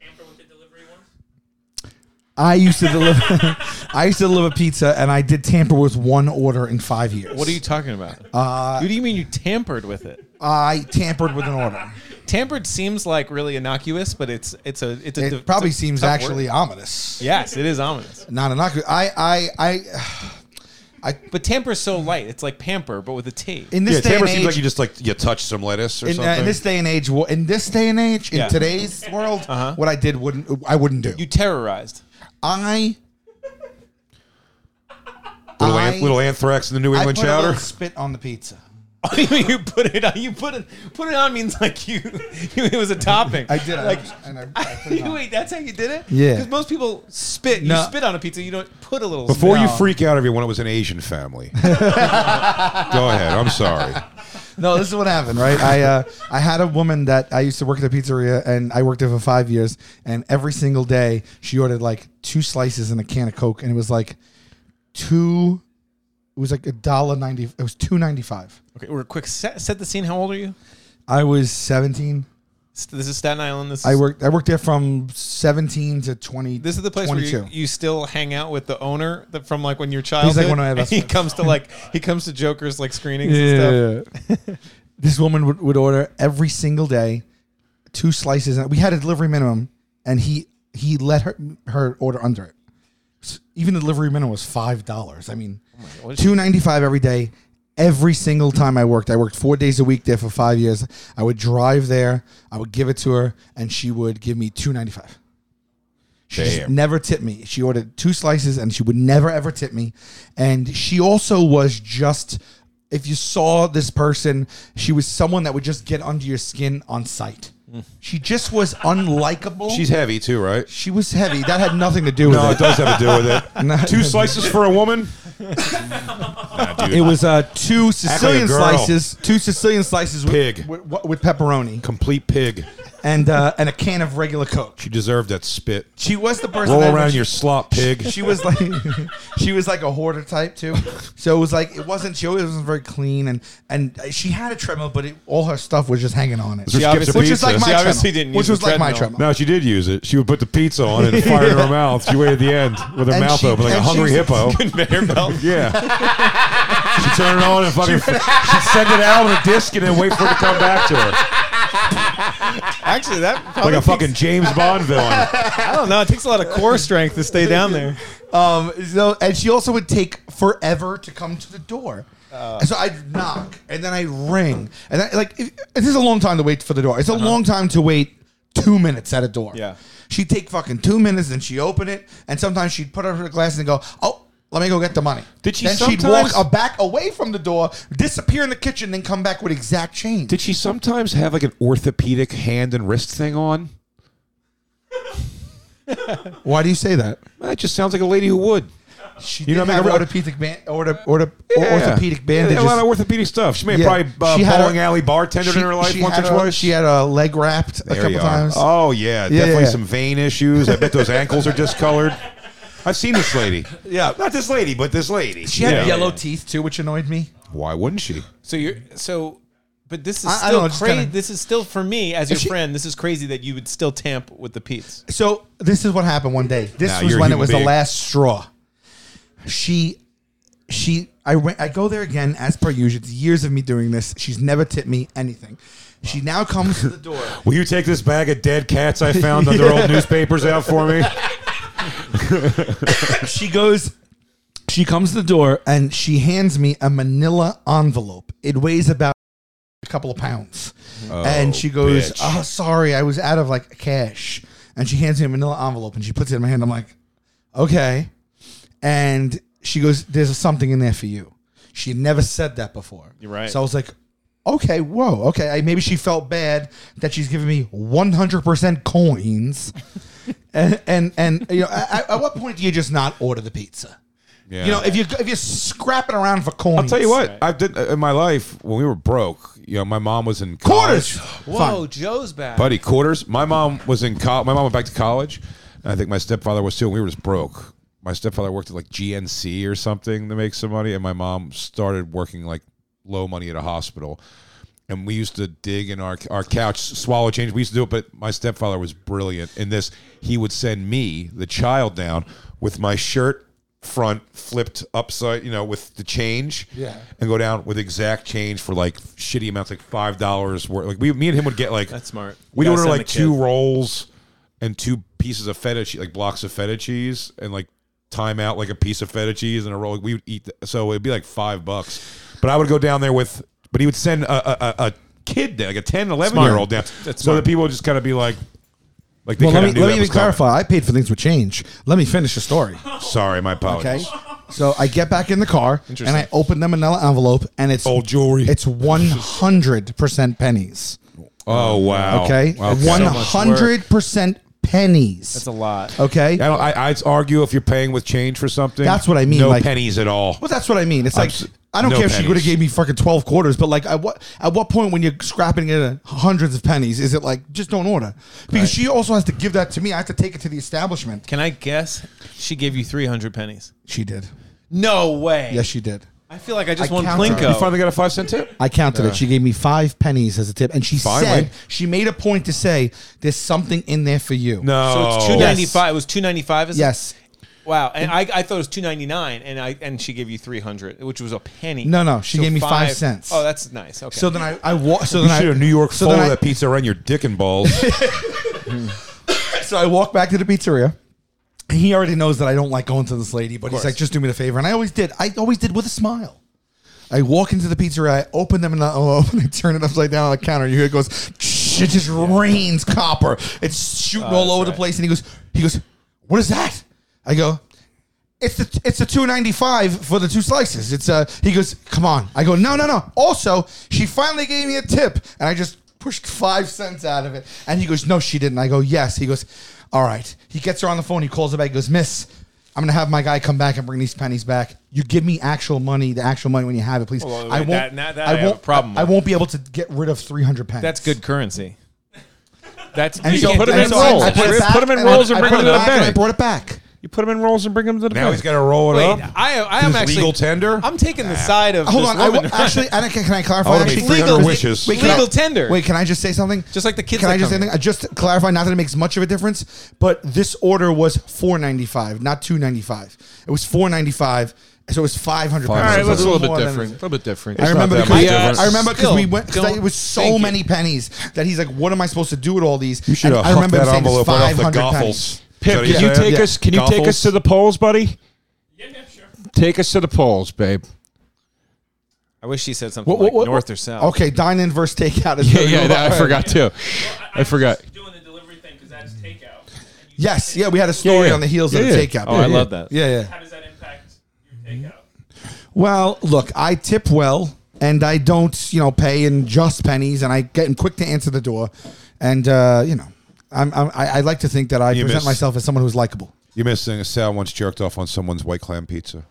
Speaker 8: tamper with the delivery once?
Speaker 1: I used to deliver. I used to deliver pizza, and I did tamper with one order in five years.
Speaker 3: What are you talking about? Uh, what do you mean you tampered with it?
Speaker 1: I tampered with an order.
Speaker 3: Tampered seems like really innocuous, but it's it's a it's a
Speaker 1: It
Speaker 3: it's
Speaker 1: probably
Speaker 3: a
Speaker 1: seems
Speaker 3: tough word.
Speaker 1: actually ominous.
Speaker 3: yes, it is ominous.
Speaker 1: Not innocuous. I, I, I.
Speaker 3: But tamper's so light; it's like pamper, but with a T.
Speaker 1: In
Speaker 5: yeah
Speaker 1: this day
Speaker 5: Tamara
Speaker 1: and
Speaker 5: seems
Speaker 1: age,
Speaker 5: like you just like you touch some lettuce or
Speaker 1: in,
Speaker 5: something
Speaker 1: uh, in this day and age, wha- in this day and age, in
Speaker 3: Yeah.
Speaker 1: today's world,
Speaker 5: Uh-huh.
Speaker 1: what I did wouldn't I wouldn't do.
Speaker 3: you terrorized.
Speaker 1: I
Speaker 5: Little,
Speaker 1: I-
Speaker 5: anth- little anthrax in the New
Speaker 1: I put
Speaker 5: England
Speaker 1: a little
Speaker 5: chowder.
Speaker 1: spit on the pizza.
Speaker 3: Oh, you mean you put it on? You put it put it on means like you, you it was a topping.
Speaker 1: I did, I-
Speaker 3: Like,
Speaker 1: and I- I put it
Speaker 3: you-
Speaker 1: on.
Speaker 3: wait, that's how you did it.
Speaker 1: Yeah.
Speaker 3: because most people spit. You
Speaker 1: No.
Speaker 3: spit on a pizza. You don't put a little.
Speaker 5: Before you
Speaker 1: No.
Speaker 5: freak out, everyone, it was an Asian family. Go ahead. I'm sorry.
Speaker 1: No, this is what happened, right? I uh, I had a woman that I used to work at a pizzeria, and I worked there for five years. And every single day, she ordered like two slices and a can of Coke, and it was like two. It was like a dollar ninety. It was two ninety five.
Speaker 3: spit. okay, we're quick. Set, set the scene. How old are you?
Speaker 1: I was seventeen.
Speaker 3: S- This is Staten Island. This is,
Speaker 1: I worked. I worked there from seventeen to twenty.
Speaker 3: This is the place where you, you still hang out with the owner that from like when you're child.
Speaker 1: He's like one of my best
Speaker 3: He
Speaker 1: friends.
Speaker 3: comes to like he comes to Joker's like screenings and
Speaker 1: Yeah. this woman would, would order every single day two slices. And we had a delivery minimum, and he he let her her order under it. S- Even the delivery minimum was five dollars. I mean,
Speaker 3: God.
Speaker 1: two ninety five every day. Every single time I worked, I worked four days a week there for five years. I would drive there, I would give it to her, and she would give me two ninety five. She just
Speaker 5: Damn.
Speaker 1: never tipped me. She ordered two slices and she would never ever tip me. And she also was just if you saw this person, she was someone that would just get under your skin on sight. She just was unlikable.
Speaker 5: She's heavy too, right?
Speaker 1: she was heavy. That had nothing to do with
Speaker 5: No, it
Speaker 1: it.
Speaker 5: does have to do with it. Two slices for a woman. Nah, dude.
Speaker 1: It was uh, two
Speaker 5: Act like a
Speaker 1: Sicilian
Speaker 5: girl.
Speaker 1: slices, two Sicilian slices with,
Speaker 5: Pig.
Speaker 1: with, with pepperoni.
Speaker 5: complete pig.
Speaker 1: and uh, and a can of regular Coke.
Speaker 5: She deserved that spit.
Speaker 1: She was the person.
Speaker 5: Roll
Speaker 1: that-
Speaker 5: around in your slop, pig.
Speaker 1: She was like, she was like a hoarder type too. So it was like it wasn't. She always wasn't very clean, and and she had a treadmill, but it, all her stuff was just hanging on it.
Speaker 5: She obviously-
Speaker 1: which is like my
Speaker 5: She
Speaker 2: obviously
Speaker 1: treadmill,
Speaker 2: didn't
Speaker 1: which
Speaker 2: use
Speaker 1: was
Speaker 2: the
Speaker 1: like my
Speaker 2: treadmill.
Speaker 1: treadmill.
Speaker 5: No, she did use it. She would put the pizza on it and fire it in her mouth. She waited at the end with her
Speaker 1: And
Speaker 5: mouth
Speaker 1: she-
Speaker 5: open like a
Speaker 1: and
Speaker 5: hungry
Speaker 1: she's-
Speaker 5: hippo.
Speaker 2: Conveyor belt.
Speaker 5: Yeah. she turned it on and fucking she sent it out with a disc and then wait for it to come back to her.
Speaker 2: Actually, that probably
Speaker 5: Like a fucking James Bond villain.
Speaker 2: I don't know. It takes a lot of core strength to stay down there.
Speaker 1: Um, so, and she also would take forever to come to the door.
Speaker 4: Uh.
Speaker 1: and so I'd knock, and then I ring, and I, like it, this is a long time to wait for the door. It's a
Speaker 4: Uh-huh.
Speaker 1: long time to wait two minutes at a door.
Speaker 2: Yeah.
Speaker 1: she'd take fucking two minutes, and she open it, and sometimes she'd put up her glasses and go, "Oh, let me go get the money."
Speaker 4: Did she
Speaker 1: Then she'd walk
Speaker 4: sometimes-
Speaker 1: a back away from the door, disappear in the kitchen, then come back with exact change.
Speaker 5: Did she sometimes have like an orthopedic hand and wrist thing on?
Speaker 1: Why do you say that?
Speaker 5: That just sounds like a lady who would.
Speaker 1: She
Speaker 5: You know,
Speaker 1: did
Speaker 5: make a
Speaker 1: have
Speaker 5: re-
Speaker 1: orthopedic band, ortho, ortho, orthopedic bandages.
Speaker 5: A lot of orthopedic stuff. She may
Speaker 1: Yeah.
Speaker 5: have probably uh,
Speaker 1: She had
Speaker 5: bowling
Speaker 1: a-
Speaker 5: alley bartender
Speaker 1: She-
Speaker 5: in her life
Speaker 1: she
Speaker 5: once or
Speaker 1: had a-
Speaker 5: twice.
Speaker 1: She had a leg wrapped a
Speaker 5: There you
Speaker 1: couple
Speaker 5: are.
Speaker 1: times.
Speaker 5: Oh yeah,
Speaker 1: Yeah,
Speaker 5: definitely
Speaker 1: yeah.
Speaker 5: some vein issues. I bet those ankles are discolored. I've seen this lady.
Speaker 1: Yeah.
Speaker 5: not this lady, but this lady.
Speaker 1: She had
Speaker 5: Yeah.
Speaker 1: yellow teeth too, which annoyed me.
Speaker 5: Why wouldn't she?
Speaker 2: So you're so, but this is
Speaker 1: I- I don't know,
Speaker 2: still
Speaker 1: just
Speaker 2: crazy.
Speaker 1: kinda-
Speaker 2: This is still for me as your
Speaker 1: she-
Speaker 2: friend. This is crazy that you would still tamp with the Pete's.
Speaker 1: So this is what happened one day. This
Speaker 5: Now
Speaker 1: was
Speaker 5: you're a
Speaker 1: when it
Speaker 5: human
Speaker 1: was
Speaker 5: being.
Speaker 1: the last straw. She, she, I went. I go there again as per usual. It's years of me doing this. She's never tipped me anything. She now comes to the door.
Speaker 5: Will you take this bag of dead cats I found under old newspapers out for me?
Speaker 1: She goes. She comes to the door and she hands me a Manila envelope. It weighs about a couple of pounds.
Speaker 7: Oh,
Speaker 1: and she goes,
Speaker 5: bitch.
Speaker 1: "Oh, sorry, I was out of like cash." And she hands me a manila envelope, and she puts it in my hand. I'm like, "Okay." And she goes, "There's something in there for you." She had never said that before. You're
Speaker 2: right.
Speaker 1: So I was like, "Okay, whoa, okay." I, maybe she felt bad that she's giving me 100% coins. and, and and you know, at, at what point do you just not order the pizza? You know, if you if you're scrapping around for coins,
Speaker 5: I'll tell you what. I've did uh, in my life when we were broke. You know, my mom was in college.
Speaker 1: quarters.
Speaker 2: Whoa, Joe's back.
Speaker 5: buddy. Quarters. My mom was in college. My mom went back to college. And I think my stepfather was too. And we were just broke. My stepfather worked at like GNC or something to make some money, and my mom started working like low money at a hospital. And we used to dig in our our couch, swallow change. We used to do it, but my stepfather was brilliant in this. He would send me, the child, down with my shirt front flipped upside, you know, with the change.
Speaker 1: Yeah.
Speaker 5: And go down with exact change for like shitty amounts, like five dollars worth. Like we, me and him would get like
Speaker 2: That's smart.
Speaker 5: we
Speaker 2: You
Speaker 5: order
Speaker 2: gotta
Speaker 5: like
Speaker 2: send the
Speaker 5: two
Speaker 2: kid.
Speaker 5: rolls and two pieces of feta cheese, like blocks of feta cheese, and like time out like a piece of feta cheese and a roll. We would eat, th- so it'd be like five bucks. But I would go down there with, but he would send a, a, a, a kid, down, like a 10, 11 year old down, so that people would just kind of be like, like they
Speaker 1: Well, let
Speaker 5: kinda
Speaker 1: me
Speaker 5: knew
Speaker 1: let
Speaker 5: that
Speaker 1: me
Speaker 5: was
Speaker 1: even clarify. I paid for things with change. Let me finish the story.
Speaker 5: coming. Sorry, my
Speaker 1: Okay.
Speaker 5: apologies.
Speaker 1: So I get back in the car and I open the manila envelope and it's
Speaker 5: Old jewelry.
Speaker 1: It's one hundred percent pennies.
Speaker 5: Oh wow.
Speaker 1: Okay, one hundred percent pennies.
Speaker 2: That's a lot.
Speaker 1: okay.
Speaker 5: I don't, I, I'd argue if you're paying with change for something,
Speaker 1: That's what I mean,
Speaker 5: No
Speaker 1: like-
Speaker 5: pennies at all.
Speaker 1: Well, that's what I mean. It's like
Speaker 5: Abs-
Speaker 1: I don't
Speaker 5: no
Speaker 1: care if she
Speaker 5: pennies.
Speaker 1: would have gave me fucking twelve quarters, but like at what at what point when you're scrapping it at hundreds of pennies, is it like just don't order? Because she also has to give that to me. I have to take it to the establishment.
Speaker 2: Can I guess? She gave you three hundred pennies.
Speaker 1: She did.
Speaker 2: No way.
Speaker 1: Yes, she did.
Speaker 2: I feel like I just
Speaker 1: I
Speaker 2: won
Speaker 1: counted.
Speaker 2: Plinko.
Speaker 5: You finally got a five cent tip.
Speaker 1: I counted it. She gave me five pennies as a tip, and she
Speaker 5: Finally.
Speaker 1: said she made a point to say there's something in there for you.
Speaker 5: No.
Speaker 2: so it's two ninety five. It was two ninety five.
Speaker 1: Oh. Yes.
Speaker 2: Wow. And I, I thought it was two ninety nine, and I and she gave you three hundred, which was a penny.
Speaker 1: No, no, she gave me five cents.
Speaker 2: Oh, that's nice. Okay.
Speaker 1: So then I, I wa- so
Speaker 5: You
Speaker 1: then I
Speaker 5: should have New York
Speaker 1: so
Speaker 5: folded
Speaker 1: then I-
Speaker 5: that pizza around your dick and balls.
Speaker 1: So I walk back to the pizzeria. He already knows that I don't like going to this lady, but he's like, just do me the favor. And I always did. I always did with a smile. I walk into the pizzeria, I open them and I, oh, and I turn it upside down on the counter. You hear it goes, it just rains copper. It's
Speaker 5: Oh,
Speaker 1: shooting all over the place. And he goes, he goes, what is that? I go, it's the it's the two ninety five for the two slices. It's uh he goes, come on. I go, no, no, no. Also, she finally gave me a tip, and I just pushed five cents out of it. And he goes, no, she didn't. I go, yes. He goes, all right. He gets her on the phone. He calls her back. He goes, miss. I'm gonna have my guy come back and bring these pennies back. You give me actual money, the actual money when you have it, please.
Speaker 2: Well,
Speaker 1: I
Speaker 2: wait,
Speaker 1: won't.
Speaker 2: that- now that I
Speaker 1: I
Speaker 2: have a
Speaker 1: won't.
Speaker 2: problem
Speaker 1: I, I
Speaker 2: with.
Speaker 1: won't be able to get rid of 300 pennies.
Speaker 2: that's good currency.
Speaker 3: That's
Speaker 1: And
Speaker 3: you
Speaker 1: so-
Speaker 3: can't
Speaker 1: put
Speaker 3: do
Speaker 1: him in
Speaker 3: that.
Speaker 1: rolls.
Speaker 3: That's
Speaker 1: I put it
Speaker 3: true.
Speaker 1: back
Speaker 3: Put him in
Speaker 1: and I-
Speaker 3: rolls and
Speaker 1: I
Speaker 3: bring
Speaker 1: put
Speaker 3: him
Speaker 1: it
Speaker 3: to the
Speaker 1: back and I
Speaker 3: bank.
Speaker 1: brought it back.
Speaker 9: You put him in rolls and bring him to the
Speaker 5: Now he's got to roll it
Speaker 3: Wait,
Speaker 5: up.
Speaker 3: I, I
Speaker 5: This
Speaker 3: am
Speaker 5: is
Speaker 3: actually
Speaker 5: legal tender.
Speaker 3: I'm taking the side of
Speaker 1: Hold
Speaker 3: this
Speaker 1: on. I
Speaker 3: woman.
Speaker 1: will, actually, I don't- can, can I clarify?
Speaker 5: I wanna
Speaker 1: actually?
Speaker 5: make 300
Speaker 3: Legal-
Speaker 5: wishes.
Speaker 1: can
Speaker 3: legal
Speaker 1: I-
Speaker 3: tender.
Speaker 1: Wait, can I just say something?
Speaker 3: Just like the kids
Speaker 1: Can
Speaker 3: that
Speaker 1: I just say
Speaker 3: come
Speaker 1: something? I just clarify. Not that it makes much of a difference, but this order was four ninety five, not two ninety five. It was four ninety five, so it was five hundred.
Speaker 4: All right, that's a little bit
Speaker 1: more than-
Speaker 4: different. A little bit different.
Speaker 1: I remember,
Speaker 5: that
Speaker 1: because,
Speaker 5: much difference.
Speaker 1: I remember because we went.
Speaker 3: Still,
Speaker 1: Cause it was
Speaker 3: don't
Speaker 1: so
Speaker 3: think
Speaker 1: many pennies that he's like, "What am I supposed to do with all these?"
Speaker 5: You should
Speaker 1: And
Speaker 5: have
Speaker 1: I
Speaker 5: hucked
Speaker 1: remember him
Speaker 5: that
Speaker 1: saying it's
Speaker 5: envelope right off the
Speaker 1: 500
Speaker 5: Goffles.
Speaker 1: pennies.
Speaker 5: Is that
Speaker 4: Pip,
Speaker 5: what
Speaker 4: can you
Speaker 5: said?
Speaker 4: take us? Can you take us
Speaker 5: Goffles?
Speaker 4: to the polls, buddy?
Speaker 8: Yeah, yeah, sure.
Speaker 4: Take us to the polls, babe.
Speaker 3: I wish she said something
Speaker 4: What- what-
Speaker 3: like
Speaker 4: what-
Speaker 3: north or south.
Speaker 1: Okay, dine in versus takeout. Is
Speaker 4: Yeah,
Speaker 1: the
Speaker 4: yeah,
Speaker 1: rule.
Speaker 4: that, I forgot too.
Speaker 8: Well,
Speaker 4: I forgot.
Speaker 8: was Doing the delivery thing because that's takeout. And you
Speaker 1: Yes,
Speaker 8: said-
Speaker 1: yeah, we had a story
Speaker 4: yeah.
Speaker 1: on the heels of
Speaker 4: Yeah,
Speaker 1: the
Speaker 4: yeah.
Speaker 1: takeout.
Speaker 3: Oh, I love that.
Speaker 1: Yeah, yeah.
Speaker 8: How does that impact your takeout?
Speaker 1: Well, look, I tip well, and I don't, you know, pay in just pennies, and I get in quick to answer the door, and uh, you know, I'm, I'm I, I like to think that I
Speaker 5: You
Speaker 1: present
Speaker 5: miss-
Speaker 1: myself as someone who's likable,
Speaker 5: You missed saying Sal once jerked off on someone's white clam pizza,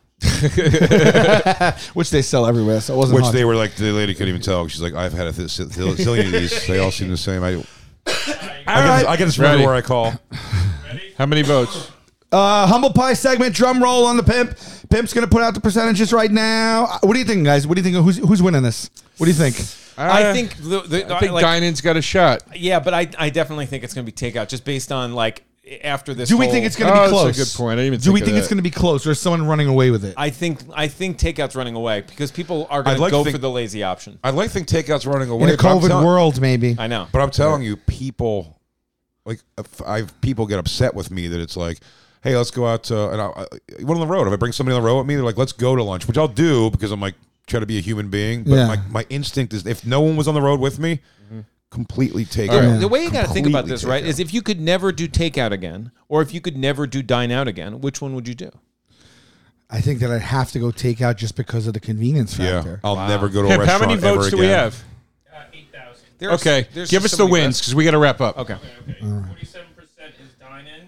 Speaker 1: which they sell everywhere. So it wasn't
Speaker 5: which
Speaker 1: hard.
Speaker 5: they were like the lady couldn't even tell. She's like, I've had a th- th- zillion of these. They all seem the same. I, I, can, I can just remember
Speaker 4: Ready.
Speaker 5: where I call.
Speaker 4: How many votes?
Speaker 1: Uh, humble pie segment. Drum roll on the pimp. Pimp's gonna put out the percentages right now. Uh, What do you think, guys? What do you think? Who's who's winning this? What do you think?
Speaker 3: I think the, the,
Speaker 4: I think
Speaker 3: like,
Speaker 4: Dinan's got a shot.
Speaker 3: yeah, but I, I definitely think it's going to be takeout just based on like after this.
Speaker 1: Do we
Speaker 3: whole-
Speaker 1: think it's gonna
Speaker 4: Oh,
Speaker 1: be
Speaker 4: that's a
Speaker 1: close?
Speaker 4: good point. I didn't even
Speaker 1: do we
Speaker 4: think of
Speaker 1: think it's
Speaker 4: that.
Speaker 1: gonna be close, or is someone running away with it?
Speaker 3: I think I think takeout's running away because people are going
Speaker 5: I'd
Speaker 3: to
Speaker 5: like
Speaker 3: go
Speaker 5: to think-
Speaker 3: for the lazy option.
Speaker 5: I like think takeout's running away.
Speaker 1: In a
Speaker 5: but I'm
Speaker 1: COVID
Speaker 5: telling-
Speaker 1: world, maybe.
Speaker 3: I know.
Speaker 5: But I'm telling you, people like if I've people get upset with me that it's like, hey, let's go out to and I, I, even on the road. If I bring somebody on the road with me, they're like, let's go to lunch, which I'll do because I'm like try to be a human being. But
Speaker 1: Yeah.
Speaker 5: my, my instinct is if no one was on the road with me, completely take
Speaker 3: The-
Speaker 5: it.
Speaker 3: The way you got to think about this, right,
Speaker 5: Completely
Speaker 3: is if you could never do takeout again, or if you could never do dine out again, which one would you do?
Speaker 1: I think that I'd have to go take out just because of the convenience
Speaker 5: Yeah,
Speaker 1: factor.
Speaker 5: I'll never go to a
Speaker 4: Pip, how
Speaker 5: restaurant
Speaker 4: many
Speaker 5: ever
Speaker 4: votes do
Speaker 5: again.
Speaker 4: we have?
Speaker 8: Uh, 8,000.
Speaker 3: There's-
Speaker 4: Okay,
Speaker 3: there's
Speaker 4: give us
Speaker 3: just so
Speaker 4: the
Speaker 3: many
Speaker 4: wins
Speaker 3: bets.
Speaker 4: because we got to wrap up.
Speaker 3: Okay.
Speaker 8: Okay, 47% is dine in.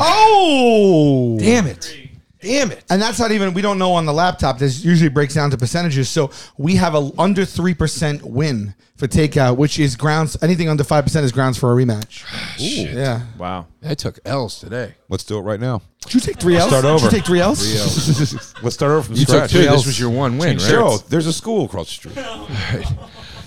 Speaker 1: Oh,
Speaker 4: Damn it!
Speaker 8: Three.
Speaker 4: Damn it!
Speaker 1: And that's not even, we don't know on the laptop. This usually breaks down to percentages. So we have a under 3% win for takeout, which is grounds, anything under 5% is grounds for a rematch. Yeah.
Speaker 3: Wow.
Speaker 4: I took L's today.
Speaker 5: Let's do it right now.
Speaker 1: Did you take three L's?
Speaker 5: Start over.
Speaker 1: Did you take three L's?
Speaker 5: Let's start over from
Speaker 4: You took
Speaker 5: scratch.
Speaker 4: two. This was your one win, right?
Speaker 5: Joe, there's a school across the street.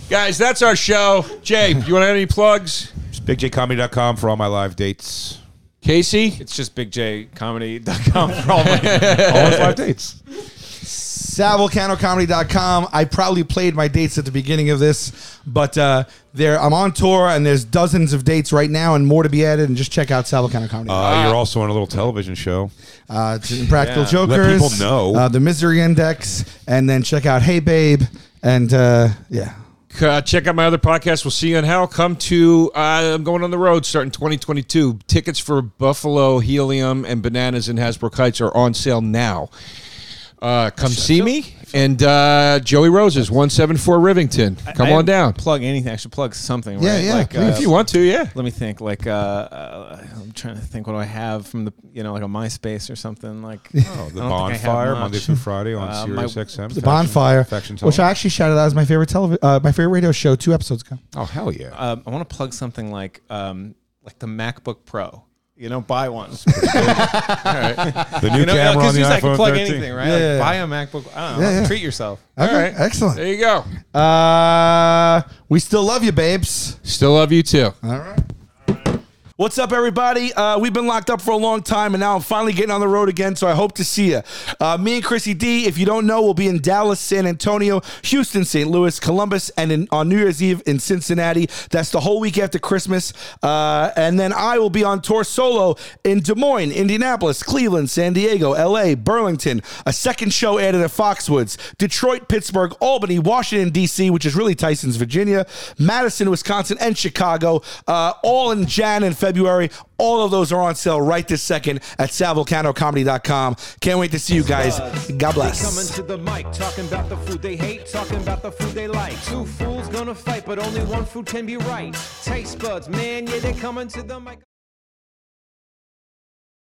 Speaker 4: Guys, that's our show. Jay, you want to have any plugs?
Speaker 5: It's bigjcomedy.com for all my live dates.
Speaker 4: Casey,
Speaker 3: It's just bigjcomedy.com for all my.
Speaker 5: All my live dates.
Speaker 1: SavilcanoComedy.com. I probably played my dates at the beginning of this, but uh, there I'm on tour and there's dozens of dates right now and more to be added. And just check out Savilcano Comedy.
Speaker 5: Uh,
Speaker 3: Ah.
Speaker 5: you're also on a little television show.
Speaker 1: uh, to Impractical
Speaker 3: Yeah.
Speaker 1: Jokers.
Speaker 5: Let people know.
Speaker 1: Uh, the Misery Index, and then check out Hey Babe, and uh, yeah.
Speaker 4: uh, check out my other podcast. We'll see you in hell. Come to, uh, I'm going on the road starting 2022. Tickets for Buffalo, Helium, and Bananas in Hasbrook Heights are on sale now. Uh, come see me. And uh, Joey Roses, 174 Rivington. Come
Speaker 3: I
Speaker 4: on
Speaker 3: didn't
Speaker 4: down.
Speaker 3: Plug anything. I should plug something.
Speaker 1: Yeah,
Speaker 3: right?
Speaker 1: yeah,
Speaker 3: Like, uh,
Speaker 1: please.
Speaker 4: If you want to, yeah.
Speaker 3: let me think. Like, uh, uh, I'm trying to think. What do I have from the, you know, like a MySpace or something? Like,
Speaker 5: Oh, the
Speaker 3: I don't think I have
Speaker 5: bonfire
Speaker 3: much.
Speaker 5: Monday through Friday on
Speaker 3: Uh, my-
Speaker 5: Sirius XM.
Speaker 1: The Bonfire,
Speaker 5: Faction
Speaker 1: which I actually shouted out as my favorite televi- uh, my favorite radio show two episodes ago.
Speaker 5: oh hell yeah!
Speaker 3: um, I want to plug something like, um, like the MacBook Pro. You know, buy one.
Speaker 5: The new
Speaker 3: you know,
Speaker 5: camera on
Speaker 3: because
Speaker 5: the
Speaker 3: you said I
Speaker 5: iPhone
Speaker 3: can plug
Speaker 5: 13.
Speaker 3: anything, right?
Speaker 1: Yeah,
Speaker 3: Like,
Speaker 1: yeah, yeah.
Speaker 3: buy a MacBook. I don't know.
Speaker 1: Yeah, yeah.
Speaker 3: Treat yourself.
Speaker 1: All right,
Speaker 4: There
Speaker 1: excellent.
Speaker 4: you go.
Speaker 1: Uh, we still love you, babes.
Speaker 4: Still love you too.
Speaker 1: All right.
Speaker 7: What's up, everybody? Uh, we've been locked up for a long time, and now I'm finally getting on the road again, so I hope to see you. Uh, me and Chrissy D, if you don't know, will be in Dallas, San Antonio, Houston, St. Louis, Columbus, and in, on New Year's Eve in Cincinnati. That's the whole week after Christmas. Uh, and then I will be on tour solo in Des Moines, Indianapolis, Cleveland, San Diego, LA, Burlington, a second show added at Foxwoods, Detroit, Pittsburgh, Albany, Washington, D.C., which is really Tyson's, Virginia, Madison, Wisconsin, and Chicago, uh, all in Jan and February. All of those are on sale right this second at salvolcanocomedy.com. Can't wait to see you guys.
Speaker 10: Coming
Speaker 7: God bless.
Speaker 10: to the mic, talking about the food they hate, talking about the food they like. Two fools gonna fight, but only one food can be right. Taste buds, man, yeah, they're coming to the mic.